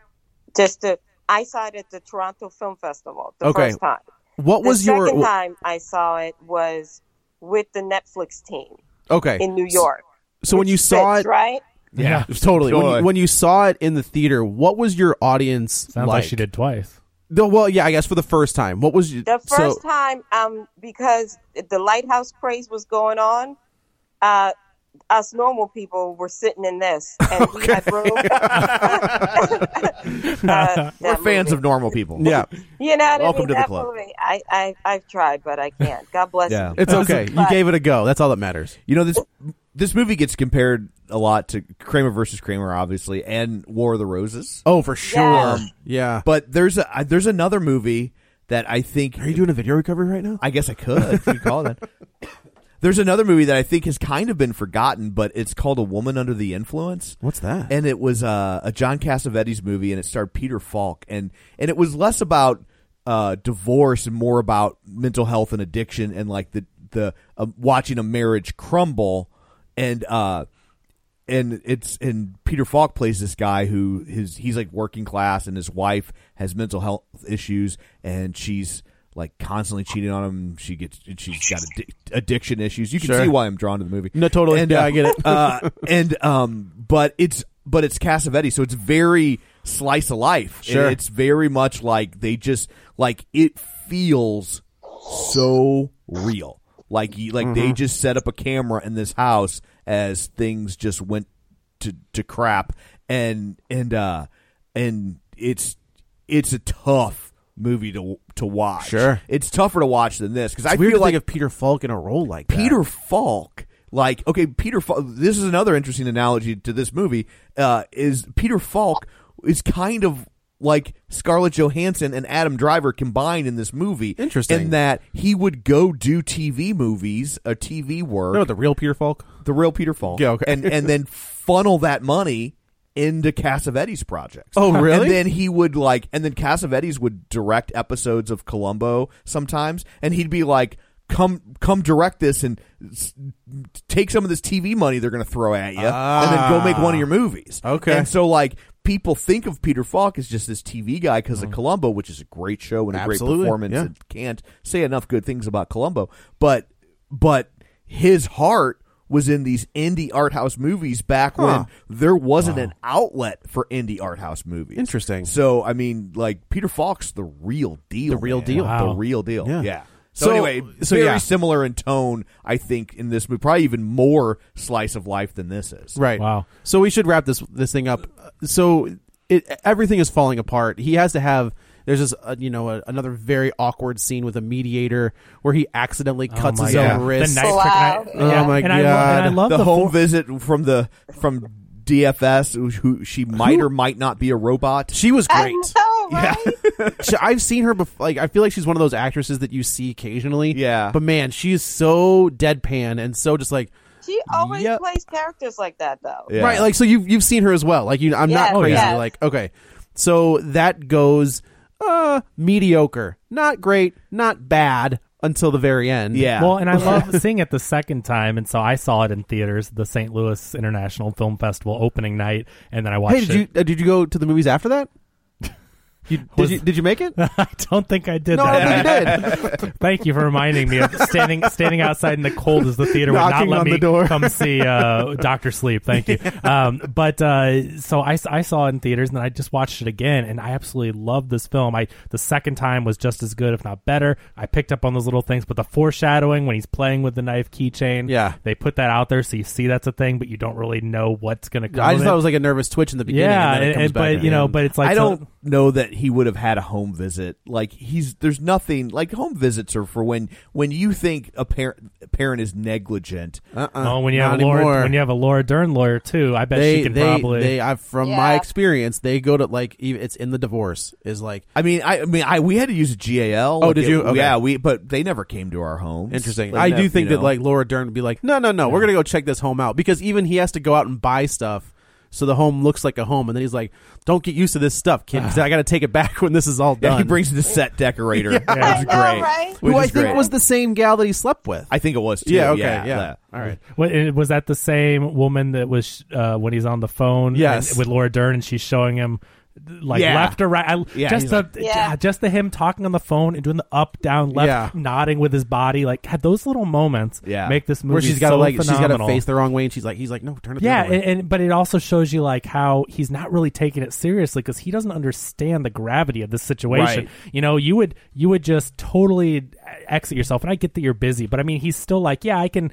Speaker 4: just to, I saw it at the Toronto Film Festival the
Speaker 2: Okay.
Speaker 4: first time.
Speaker 2: What
Speaker 4: The
Speaker 2: was your?
Speaker 4: second time I saw it was with the Netflix team
Speaker 2: okay,
Speaker 4: in New York.
Speaker 2: So when you
Speaker 4: Which
Speaker 2: saw
Speaker 4: fits,
Speaker 2: it,
Speaker 4: right?
Speaker 3: yeah,
Speaker 2: totally. When
Speaker 1: Totally.
Speaker 2: you, when you saw it in the theater, what was your audience
Speaker 3: sounds like she did twice.
Speaker 2: No, well, yeah, I guess for the first time. What was you,
Speaker 4: The
Speaker 2: so-
Speaker 4: first time, um, because the lighthouse craze was going on, uh, us normal people were sitting in this, and we had room. Uh, that
Speaker 1: we're fans
Speaker 4: movie.
Speaker 1: of normal people.
Speaker 2: Yeah,
Speaker 4: You know what I
Speaker 1: Welcome
Speaker 4: mean?
Speaker 1: to the
Speaker 4: That
Speaker 1: club.
Speaker 4: movie, I, I, I've tried, but I can't. God bless
Speaker 1: Yeah.
Speaker 4: you.
Speaker 2: it's okay. You
Speaker 4: But-
Speaker 2: gave it a go. That's all that matters.
Speaker 1: You know this this movie gets compared a lot to Kramer versus Kramer, obviously, and War of the Roses.
Speaker 2: Oh, for sure.
Speaker 4: Yeah.
Speaker 2: Yeah.
Speaker 1: But there's a I- there's another movie that I think
Speaker 2: Are you doing a video recovery right now?
Speaker 1: I guess I could if you call it. that. There's another movie that I think has kind of been forgotten, but it's called A Woman Under the Influence.
Speaker 2: What's that?
Speaker 1: And it was uh, a John Cassavetes movie, and it starred Peter Falk, and and it was less about uh, divorce and more about mental health and addiction, and like the the um, watching a marriage crumble, and uh, and it's and Peter Falk plays this guy who his he's like working class and his wife has mental health issues and she's like constantly cheating on him. She gets and she's got addic- addiction issues. You can see why I'm drawn to the movie.
Speaker 2: No, totally.
Speaker 1: And,
Speaker 2: Yeah, I get it.
Speaker 1: uh, and um, but it's but it's Cassavetes, so it's very slice of life.
Speaker 2: Sure.
Speaker 1: it's very much like they just like it feels so real. Like you, like
Speaker 2: Mm-hmm.
Speaker 1: they just set up a camera in this house as things just went to to crap and and uh and it's it's a tough movie to to watch.
Speaker 2: Sure.
Speaker 1: It's tougher to watch than this cuz I
Speaker 2: It's weird
Speaker 1: feel
Speaker 2: to
Speaker 1: like
Speaker 2: think of Peter Falk in a role like that.
Speaker 1: Peter Falk, like okay, Peter. Falk, this is another interesting analogy to this movie. Uh, is Peter Falk is kind of like Scarlett Johansson and Adam Driver combined in this movie.
Speaker 2: Interesting.
Speaker 1: in that he would go do TV movies, a TV work,
Speaker 2: No, the real Peter Falk.
Speaker 1: the real Peter Falk,
Speaker 2: Yeah, okay.
Speaker 1: and and then funnel that money into Cassavetes projects.
Speaker 2: Oh, really?
Speaker 1: And then he would like, and then Cassavetes would direct episodes of Columbo sometimes, and he'd be like, "Come, come, direct this and s- take some of this TV money they're going to throw at you, and then go make one of your movies."
Speaker 2: Ah. Okay.
Speaker 1: and so like. People think of Peter Falk as just this TV guy because of Columbo, which is a great show and a
Speaker 2: Mm. Absolutely,
Speaker 1: great performance.
Speaker 2: yeah.
Speaker 1: and can't say enough good things about Columbo, but but his heart was in these indie art house movies back
Speaker 2: Huh.
Speaker 1: when there wasn't an outlet for indie art house movies.
Speaker 2: Interesting.
Speaker 1: So I mean, like Peter Falk's the real deal,
Speaker 2: The real
Speaker 1: man.
Speaker 2: deal.
Speaker 3: Wow.
Speaker 1: the real deal.
Speaker 2: Yeah.
Speaker 1: Yeah. So,
Speaker 2: So-
Speaker 1: anyway,
Speaker 2: so
Speaker 1: very
Speaker 2: yeah.
Speaker 1: similar in tone, I think, in this movie. Probably even more slice of life than this is.
Speaker 2: Right.
Speaker 3: Wow.
Speaker 2: So we should wrap this this thing up. So it everything is falling apart. He has to have. There's this, uh, you know, a, another very awkward scene with a mediator where he accidentally cuts
Speaker 3: Oh my
Speaker 2: his
Speaker 3: God.
Speaker 2: own wrist.
Speaker 3: The knife
Speaker 4: Wow.
Speaker 3: trick, and I- yeah.
Speaker 2: Oh, my
Speaker 3: and I, lo- and I
Speaker 2: God.
Speaker 3: love
Speaker 1: the,
Speaker 3: the,
Speaker 1: home
Speaker 3: for-
Speaker 1: visit from the from DFS, who, who she might or might not be a robot.
Speaker 2: she was
Speaker 4: I
Speaker 2: great.
Speaker 4: know, right?
Speaker 2: She- I've seen her before. Like I feel like she's one of those actresses that you see occasionally.
Speaker 1: Yeah.
Speaker 2: But man, she is so deadpan and so just like
Speaker 4: She always
Speaker 2: Yep.
Speaker 4: plays characters like that, though.
Speaker 1: Yeah.
Speaker 2: right. Like so you've you've seen her as well. Like you, I'm
Speaker 4: Yes,
Speaker 2: not
Speaker 4: Oh,
Speaker 2: crazy.
Speaker 4: yeah.
Speaker 2: Like okay, so that goes uh mediocre, not great, not bad until the very end.
Speaker 1: Yeah.
Speaker 3: Well, and I love seeing it the second time, and so I saw it in theaters, the St. Louis International Film Festival opening night, and then I watched
Speaker 2: Hey, did
Speaker 3: it.
Speaker 2: you uh, did you go to the movies after that? You, did you did you make it?
Speaker 3: I don't think I did
Speaker 2: No, I
Speaker 3: that.
Speaker 2: don't think you did.
Speaker 3: Thank you for reminding me of standing standing outside in the cold as the theater would not
Speaker 2: Knocking
Speaker 3: let
Speaker 2: on
Speaker 3: me
Speaker 2: the door.
Speaker 3: come see uh, Doctor Sleep. Thank you. Um, but uh, so I, s- I saw it in theaters and then I just watched it again and I absolutely loved this film. I the second time was just as good, if not better. I picked up on those little things, but the foreshadowing when he's playing with the knife keychain,
Speaker 2: Yeah.
Speaker 3: they put that out there so you see that's a thing, but you don't really know what's going to come.
Speaker 2: I
Speaker 3: of
Speaker 2: just
Speaker 3: it.
Speaker 2: thought it was like a nervous twitch in the beginning.
Speaker 3: yeah,
Speaker 2: and then it
Speaker 3: and,
Speaker 2: comes
Speaker 3: and-
Speaker 2: back
Speaker 3: but
Speaker 2: at
Speaker 3: you
Speaker 2: the
Speaker 3: know,
Speaker 2: end.
Speaker 3: but it's like
Speaker 1: I
Speaker 3: so-
Speaker 1: don't know that he would have had a home visit. Like he's there's nothing like home visits are for when when you think a parent a parent is negligent.
Speaker 2: Uh-uh.
Speaker 3: Oh, when you
Speaker 2: uh, Not
Speaker 3: have a Laura,
Speaker 2: anymore.
Speaker 3: when you have a Laura Dern lawyer too, I bet
Speaker 2: they,
Speaker 3: she can
Speaker 2: they,
Speaker 3: probably.
Speaker 2: they, I, from my
Speaker 4: Yeah.
Speaker 2: experience, they go to like even, it's in the divorce is like
Speaker 1: I mean, I, I mean, I we had to use a GAL.
Speaker 2: Oh,
Speaker 1: Like,
Speaker 2: did
Speaker 1: it-
Speaker 2: you? Okay.
Speaker 1: Yeah, we but they never came to our home.
Speaker 2: interesting. I do think that like Laura Dern would be like, no, no, no, we're gonna go check this home out because even he has to go out and buy stuff. So the home looks like a home, and then he's like, "Don't get used to this stuff, kid. 'cause I got to take it back when this is all done."
Speaker 1: yeah, he brings the set decorator. yeah,
Speaker 4: I know, right?
Speaker 2: who
Speaker 1: Which
Speaker 2: I
Speaker 1: is
Speaker 2: think
Speaker 1: great.
Speaker 2: was the same gal that he slept with.
Speaker 1: I think it was too.
Speaker 2: yeah, okay, yeah.
Speaker 1: yeah.
Speaker 2: All right.
Speaker 3: What- and was that the same woman that was uh, when he's on the phone?
Speaker 2: Yes.
Speaker 3: and- with Laura Dern, and she's showing him like
Speaker 1: Yeah.
Speaker 3: left or right. I,
Speaker 1: Yeah,
Speaker 3: just
Speaker 1: he's
Speaker 3: the
Speaker 4: Yeah.
Speaker 3: yeah, just the him talking on the phone and doing the up, down, left,
Speaker 2: Yeah.
Speaker 3: nodding with his body. Like God, those little moments
Speaker 1: Yeah.
Speaker 3: make this movie
Speaker 2: Where she's got
Speaker 3: so
Speaker 2: to like she's got to
Speaker 3: phenomenal.
Speaker 2: face the wrong way, and she's like, he's like, "No, turn it." the
Speaker 3: Yeah,
Speaker 2: other way."
Speaker 3: and, and but it also shows you like how he's not really taking it seriously because he doesn't understand the gravity of this situation.
Speaker 1: Right.
Speaker 3: You know, you would you would just totally exit yourself, and I get that you're busy, but I mean, he's still like, yeah, I can.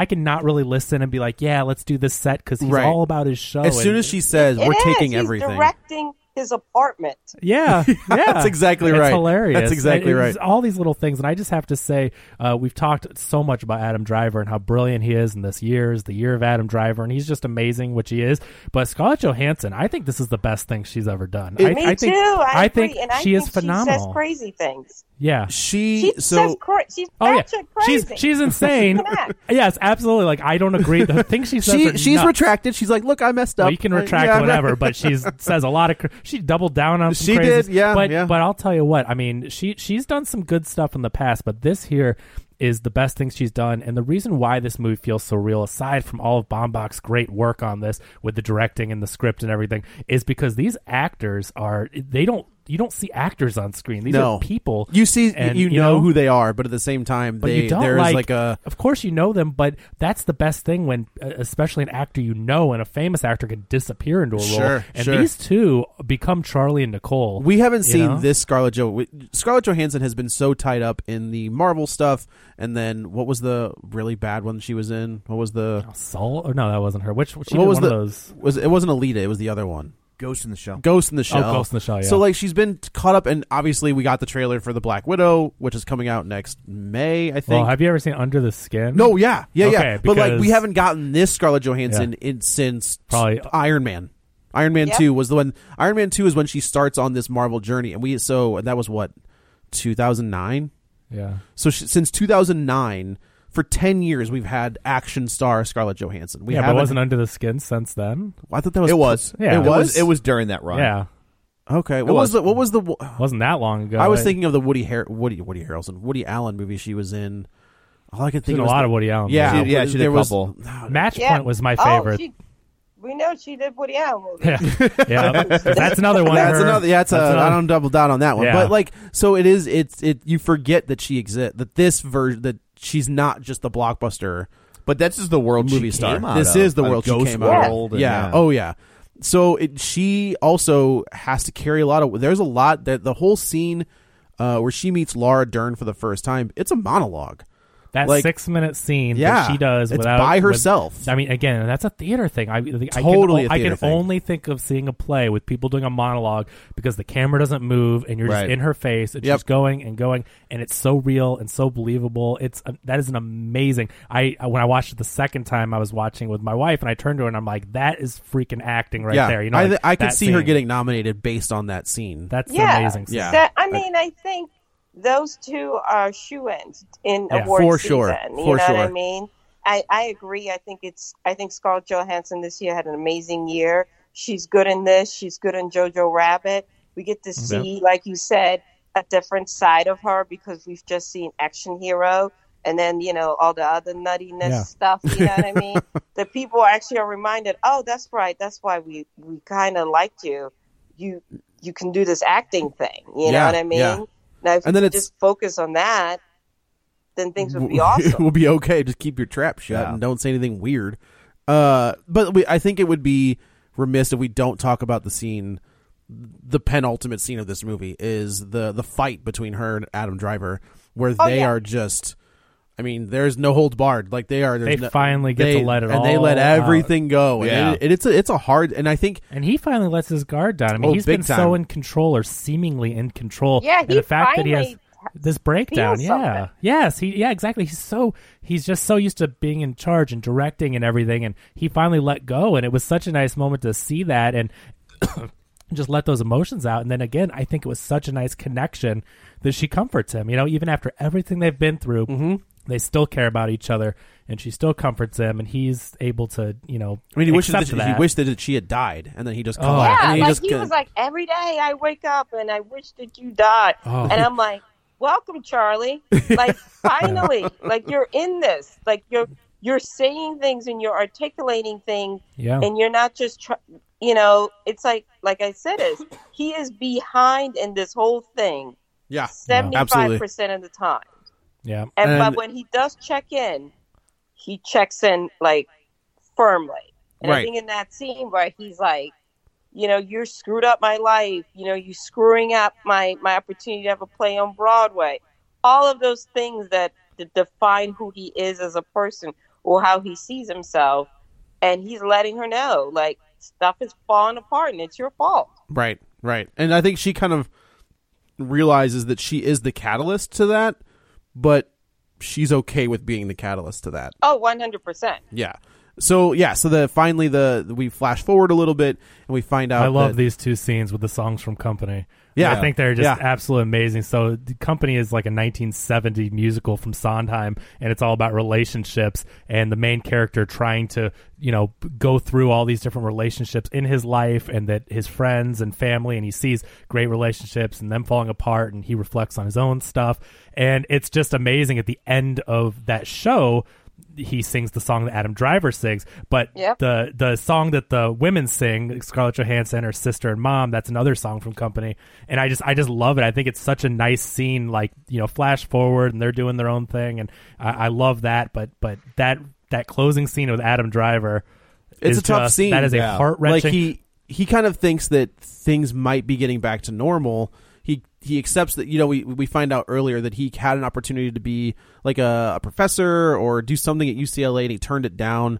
Speaker 3: I can not really listen and be like, yeah, let's do this set because he's
Speaker 2: Right.
Speaker 3: all about his show.
Speaker 2: as soon
Speaker 3: oh, and-
Speaker 2: as she says,
Speaker 4: It
Speaker 2: "We're
Speaker 4: is.
Speaker 2: taking
Speaker 4: He's
Speaker 2: everything,"
Speaker 4: directing his apartment.
Speaker 3: Yeah, yeah,
Speaker 2: That's exactly
Speaker 3: It's
Speaker 2: right.
Speaker 3: hilarious.
Speaker 2: That's exactly
Speaker 3: And it's
Speaker 2: right.
Speaker 3: All these little things, and I just have to say, uh, we've talked so much about Adam Driver and how brilliant he is, and this year is the year of Adam Driver, and he's just amazing, which he is. But Scarlett Johansson, I think this is the best thing she's ever done. I,
Speaker 4: Me
Speaker 3: I
Speaker 4: too.
Speaker 3: think,
Speaker 4: I, agree.
Speaker 3: think
Speaker 4: and I
Speaker 3: she
Speaker 4: think
Speaker 3: is phenomenal.
Speaker 4: She says crazy things.
Speaker 3: Yeah.
Speaker 2: She
Speaker 4: She says
Speaker 2: so
Speaker 4: cra- she's
Speaker 3: Oh yeah,
Speaker 4: batshit crazy.
Speaker 3: she's she's insane.
Speaker 4: nuts.
Speaker 3: yes, absolutely. Like I don't agree. The thing she says,
Speaker 2: she
Speaker 3: are
Speaker 2: she's
Speaker 3: nuts.
Speaker 2: retracted. She's like, "Look, I messed up."
Speaker 3: Well, you can
Speaker 2: Uh,
Speaker 3: retract
Speaker 2: yeah.
Speaker 3: whatever, but she says a lot of. Cr- she doubled down on. Some
Speaker 2: She
Speaker 3: crazies.
Speaker 2: did, yeah,
Speaker 3: But
Speaker 2: yeah.
Speaker 3: but I'll tell you what. I mean, she she's done some good stuff in the past, but this here is the best thing she's done. And the reason why this movie feels so real, aside from all of Bombach's great work on this with the directing and the script and everything, is because these actors are they don't. You don't see actors on screen. These
Speaker 2: no
Speaker 3: are people.
Speaker 2: You see,
Speaker 3: and,
Speaker 2: you, know, who they are, but at the same time,
Speaker 3: but
Speaker 2: they,
Speaker 3: you don't
Speaker 2: there is
Speaker 3: like,
Speaker 2: like a
Speaker 3: of course you know them but that's the best thing when uh, especially an actor you know and a famous actor can disappear into a role
Speaker 2: Sure,
Speaker 3: and
Speaker 2: sure.
Speaker 3: these two become charlie and nicole
Speaker 2: We haven't
Speaker 3: you
Speaker 2: seen
Speaker 3: know?
Speaker 2: this Scarlett Jo. we- Scarlett Johansson has been so tied up in the Marvel stuff, and then what was the really bad one she was in? What was the
Speaker 3: Saul? Or no, that wasn't her. Which she
Speaker 2: what
Speaker 3: did
Speaker 2: was
Speaker 3: one
Speaker 2: the
Speaker 3: of those? Oh,
Speaker 2: was it wasn't Alita? It was the other one,
Speaker 1: Ghost in the Shell.
Speaker 2: Ghost in the Shell.
Speaker 3: Ghost in the Shell, yeah.
Speaker 2: So like she's been caught up, and obviously we got the trailer for the Black Widow, which is coming out next May, I
Speaker 3: Well,
Speaker 2: think.
Speaker 3: have you ever seen Under the Skin?
Speaker 2: no, yeah, yeah, yeah.
Speaker 3: Okay,
Speaker 2: But like
Speaker 3: because-
Speaker 2: we haven't gotten this Scarlett Johansson in since
Speaker 3: Probably- uh,
Speaker 2: Iron Man. Iron Man
Speaker 4: Yeah.
Speaker 2: Two was the one. Iron Man Two is when she starts on this Marvel journey, and we so and that was what two thousand nine.
Speaker 3: Yeah.
Speaker 2: So sh- since 2009, for 10 years, we've had action star Scarlett Johansson. We
Speaker 3: yeah, but
Speaker 2: haven't-
Speaker 3: wasn't Under the Skin since then.
Speaker 2: I thought that was.
Speaker 1: It was.
Speaker 3: Yeah.
Speaker 1: It
Speaker 3: It
Speaker 1: was.
Speaker 2: was?
Speaker 1: It was during that run.
Speaker 3: Yeah,
Speaker 2: Okay. What was,
Speaker 1: was.
Speaker 2: the? What was the? wo-
Speaker 3: wasn't that long ago?
Speaker 2: I was
Speaker 3: It-
Speaker 2: thinking of the Woody Har- Woody Woody Harrelson Woody Allen movie she was in. All I could
Speaker 3: She
Speaker 2: think
Speaker 3: did
Speaker 2: of
Speaker 3: a
Speaker 2: was
Speaker 3: lot
Speaker 2: the-
Speaker 3: of Woody Allen.
Speaker 2: Yeah,
Speaker 1: She did- yeah,
Speaker 2: what-
Speaker 1: she did
Speaker 2: there
Speaker 1: a
Speaker 2: was-
Speaker 1: couple.
Speaker 3: movies. Match
Speaker 4: Yeah.
Speaker 3: Point was my
Speaker 4: Oh,
Speaker 3: favorite.
Speaker 4: she- we know she did Woody Allen movies.
Speaker 3: yeah, yeah. that's another one. of
Speaker 2: That's
Speaker 3: her-
Speaker 2: another. Yeah, that's, a,
Speaker 3: another-
Speaker 2: I don't double down on that one.
Speaker 3: Yeah.
Speaker 2: But like, so it is. It's it. You forget that she exists. That this version. That she's not just the blockbuster.
Speaker 1: But this is the world
Speaker 2: movie
Speaker 1: she
Speaker 2: star.
Speaker 1: Came out
Speaker 2: this
Speaker 1: of.
Speaker 2: is the
Speaker 1: Uh,
Speaker 2: world
Speaker 1: Ghost
Speaker 2: she came out
Speaker 1: world
Speaker 2: of.
Speaker 1: and,
Speaker 2: yeah. Oh yeah. So it, she also has to carry a lot of. There's a lot that the whole scene uh, where she meets Laura Dern for the first time. It's a monologue.
Speaker 3: That
Speaker 2: Like-
Speaker 3: six minute scene
Speaker 2: Yeah,
Speaker 3: that she does
Speaker 2: it's
Speaker 3: without
Speaker 2: by
Speaker 3: with-
Speaker 2: herself.
Speaker 3: I mean, again, that's a theater thing. I totally. I can,
Speaker 2: Totally a
Speaker 3: I can
Speaker 2: theater thing.
Speaker 3: only think of seeing a play with people doing a monologue because the camera doesn't move and you're
Speaker 1: Right.
Speaker 3: just in her face and
Speaker 2: Yep.
Speaker 3: she's going and going and it's so real and so believable. It's uh, that is an amazing. I I- when I watched it the second time, I was watching with my wife and I turned to her and I'm like, that is freaking acting right
Speaker 2: yeah.
Speaker 3: there. You know,
Speaker 2: I,
Speaker 3: like,
Speaker 2: I could
Speaker 3: that
Speaker 2: see her
Speaker 3: scene.
Speaker 2: getting nominated based on that scene.
Speaker 3: That's the
Speaker 4: Yeah.
Speaker 3: amazing. Scene.
Speaker 2: Yeah.
Speaker 4: That- I mean, I think those two are shoe ins in
Speaker 3: Yeah.
Speaker 4: award
Speaker 2: For sure.
Speaker 4: season. You
Speaker 2: For
Speaker 4: know what I
Speaker 2: sure.
Speaker 4: mean? I, I agree. I think it's I think Scarlett Johansson this year had an amazing year. She's good in this. She's good in Jojo Rabbit. We get to see, like you said, a different side of her because we've just seen action hero and then you know all the other nuttiness
Speaker 3: Yeah.
Speaker 4: stuff. You know what I mean? The people actually are reminded, oh, that's right. That's why we we kind of liked you. You you can do this acting thing. You know
Speaker 2: Yeah,
Speaker 4: what I mean?
Speaker 2: yeah.
Speaker 4: Now, if
Speaker 2: And
Speaker 4: and
Speaker 2: then
Speaker 4: then
Speaker 2: it's-
Speaker 4: just focus on that, then things would be awesome.
Speaker 2: we'll be okay. Just keep your trap shut
Speaker 1: Yeah.
Speaker 2: and don't say anything weird. Uh, but we, I think it would be remiss if we don't talk about the scene. The penultimate scene of this movie is the the fight between her and Adam Driver, where they
Speaker 4: Oh, yeah.
Speaker 2: are just. I mean, there's no holds barred. Like they are. there's
Speaker 3: They
Speaker 2: no-
Speaker 3: finally get to let it
Speaker 2: and they let
Speaker 3: all out.
Speaker 2: everything go. And
Speaker 1: Yeah.
Speaker 2: it- and it's a it's a hard. And I think
Speaker 3: And he finally lets his guard down. I mean,
Speaker 2: Oh,
Speaker 3: he's
Speaker 2: big
Speaker 3: been
Speaker 2: time.
Speaker 3: so in control or seemingly in control.
Speaker 4: Yeah,
Speaker 3: and
Speaker 4: he
Speaker 3: the fact that he has
Speaker 4: finally
Speaker 3: this breakdown.
Speaker 4: feels
Speaker 3: Yeah.
Speaker 4: something.
Speaker 3: Yes, he yeah, exactly. He's so he's just so used to being in charge and directing and everything and he finally let go and it was such a nice moment to see that and just let those emotions out and then again, I think it was such a nice connection that she comforts him, you know, even after everything they've been through.
Speaker 2: Mm-hmm.
Speaker 3: They still care about each other, and she still comforts him, and he's able to, you know.
Speaker 2: I mean, he wishes that,
Speaker 3: accept
Speaker 2: he wished that she had died, and then he just
Speaker 3: Oh.
Speaker 2: collapsed.
Speaker 4: Yeah,
Speaker 2: and he
Speaker 4: like
Speaker 2: just
Speaker 4: he
Speaker 2: could-
Speaker 4: was like, every day I wake up and I wish that you died.
Speaker 3: Oh.
Speaker 4: And I'm like, welcome, Charlie. Like, finally, like you're in this. Like you're you're saying things and you're articulating things,
Speaker 3: Yeah.
Speaker 4: and you're not just try- you know. It's like like I said, is he is behind in this whole thing
Speaker 2: yeah,
Speaker 4: seventy
Speaker 2: absolutely.
Speaker 4: five percent of the time.
Speaker 3: yeah.
Speaker 4: And,
Speaker 2: And-
Speaker 4: but when he does check in, he checks in like firmly. And
Speaker 2: Right.
Speaker 4: I think in that scene where he's like, you know, you're screwed up my life. You know, you screwing up my my opportunity to have a play on Broadway. All of those things that, that define who he is as a person or how he sees himself. And he's letting her know, like stuff is falling apart and it's your fault.
Speaker 2: Right, right. And I think she kind of realizes that she is the catalyst to that, but she's okay with being the catalyst to that.
Speaker 4: Oh, 100%.
Speaker 2: Yeah. So yeah, so the finally the we flash forward a little bit and we find out
Speaker 3: I love
Speaker 2: that,
Speaker 3: these two scenes with the songs from Company.
Speaker 2: Yeah.
Speaker 3: I think they're just
Speaker 2: Yeah.
Speaker 3: absolutely amazing. So, the Company is like a 1970 musical from Sondheim, and it's all about relationships and the main character trying to, you know, b- go through all these different relationships in his life and that his friends and family, and he sees great relationships and them falling apart, and he reflects on his own stuff. And it's just amazing at the end of that show. He sings the song that Adam Driver sings, but
Speaker 4: Yep.
Speaker 3: the the the song that the women sing, Scarlett Johansson, her sister and mom. That's another song from Company, and I just I just love it. I think it's such a nice scene, like you know, flash forward and they're doing their own thing, and I, I love that. But but that that closing scene with Adam Driver, is
Speaker 2: it's a tough
Speaker 3: just-
Speaker 2: scene.
Speaker 3: That is a heart wrenching.
Speaker 2: Like he he kind of thinks that things might be getting back to normal. He he accepts that you know we we find out earlier that he had an opportunity to be like a, a professor or do something at UCLA and he turned it down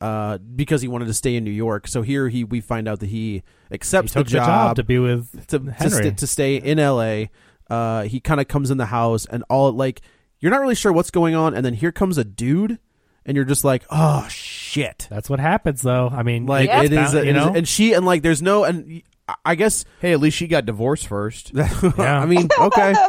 Speaker 2: uh, because he wanted to stay in New York. So here he we find out that he accepts
Speaker 3: took
Speaker 2: the job,
Speaker 3: to be with
Speaker 2: to to,
Speaker 3: Henry.
Speaker 2: st- to stay in LA. Uh, he kind of comes in the house and all like you're not really sure what's going on, and then here comes a dude, and you're just like, oh shit.
Speaker 3: that's what happens, though. I mean,
Speaker 2: Like
Speaker 3: it's
Speaker 2: it is,
Speaker 3: bound-
Speaker 2: it
Speaker 3: you
Speaker 2: is-
Speaker 3: know.
Speaker 2: and she and like there's no, and y- I- I guess
Speaker 1: Hey, at least she got divorced first.
Speaker 2: I mean okay, uh,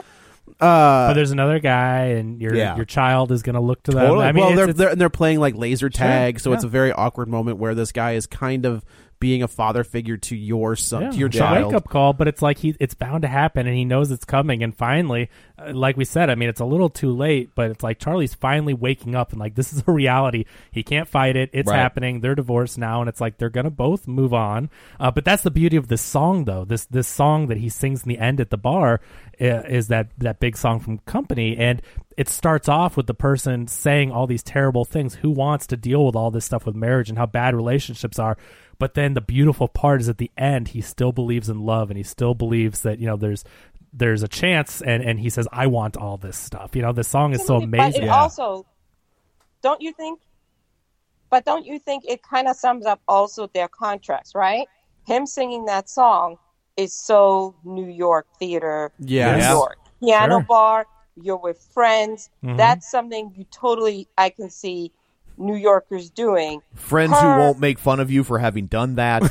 Speaker 3: but there's another guy, and your
Speaker 1: Yeah.
Speaker 3: your child is going to look to them.
Speaker 2: totally.
Speaker 3: I mean,
Speaker 2: well
Speaker 3: it's-
Speaker 2: they're,
Speaker 3: it's-
Speaker 2: they're and they're playing like laser tag, so it's
Speaker 3: yeah.
Speaker 2: a very awkward moment where this guy is kind of being a father figure to your son, to your
Speaker 3: it's a
Speaker 2: child.
Speaker 3: wake up call, but it's like he it's bound to happen, and he knows it's coming. And finally, uh, like we said, I mean, it's a little too late, but it's like Charlie's finally waking up, and like this is a reality. He can't fight it. It's
Speaker 1: Right.
Speaker 3: happening. They're divorced now, and it's like they're gonna both move on. Uh, but that's the beauty of this song, though. This this song that he sings in the end at the bar uh, is that that big song from Company, and it starts off with the person saying all these terrible things. Who wants to deal with all this stuff with marriage and how bad relationships are? But then the beautiful part is at the end, he still believes in love and he still believes that, you know, there's there's a chance and, and he says, I want all this stuff. You know, this song is so
Speaker 4: Absolutely,
Speaker 3: amazing.
Speaker 4: But it also, don't you think? But don't you think it kind of sums up also their contracts, right? Him singing that song is so New York theater,
Speaker 2: Yeah.
Speaker 4: New
Speaker 2: Yeah.
Speaker 4: York piano
Speaker 3: Sure.
Speaker 4: bar. You're with friends. That's something you totally I can see New Yorkers doing
Speaker 1: Friends
Speaker 4: Her-
Speaker 1: who won't make fun of you for having done that.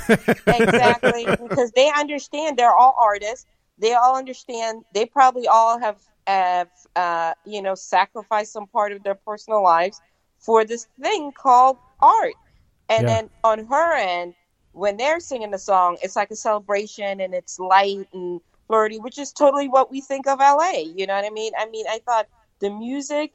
Speaker 4: exactly because they understand they're all artists they all understand they probably all have have uh, you know sacrificed some part of their personal lives for this thing called art and
Speaker 3: Yeah.
Speaker 4: then on her end when they're singing the song it's like a celebration and it's light and flirty which is totally what we think of la you know what i mean i mean i thought the music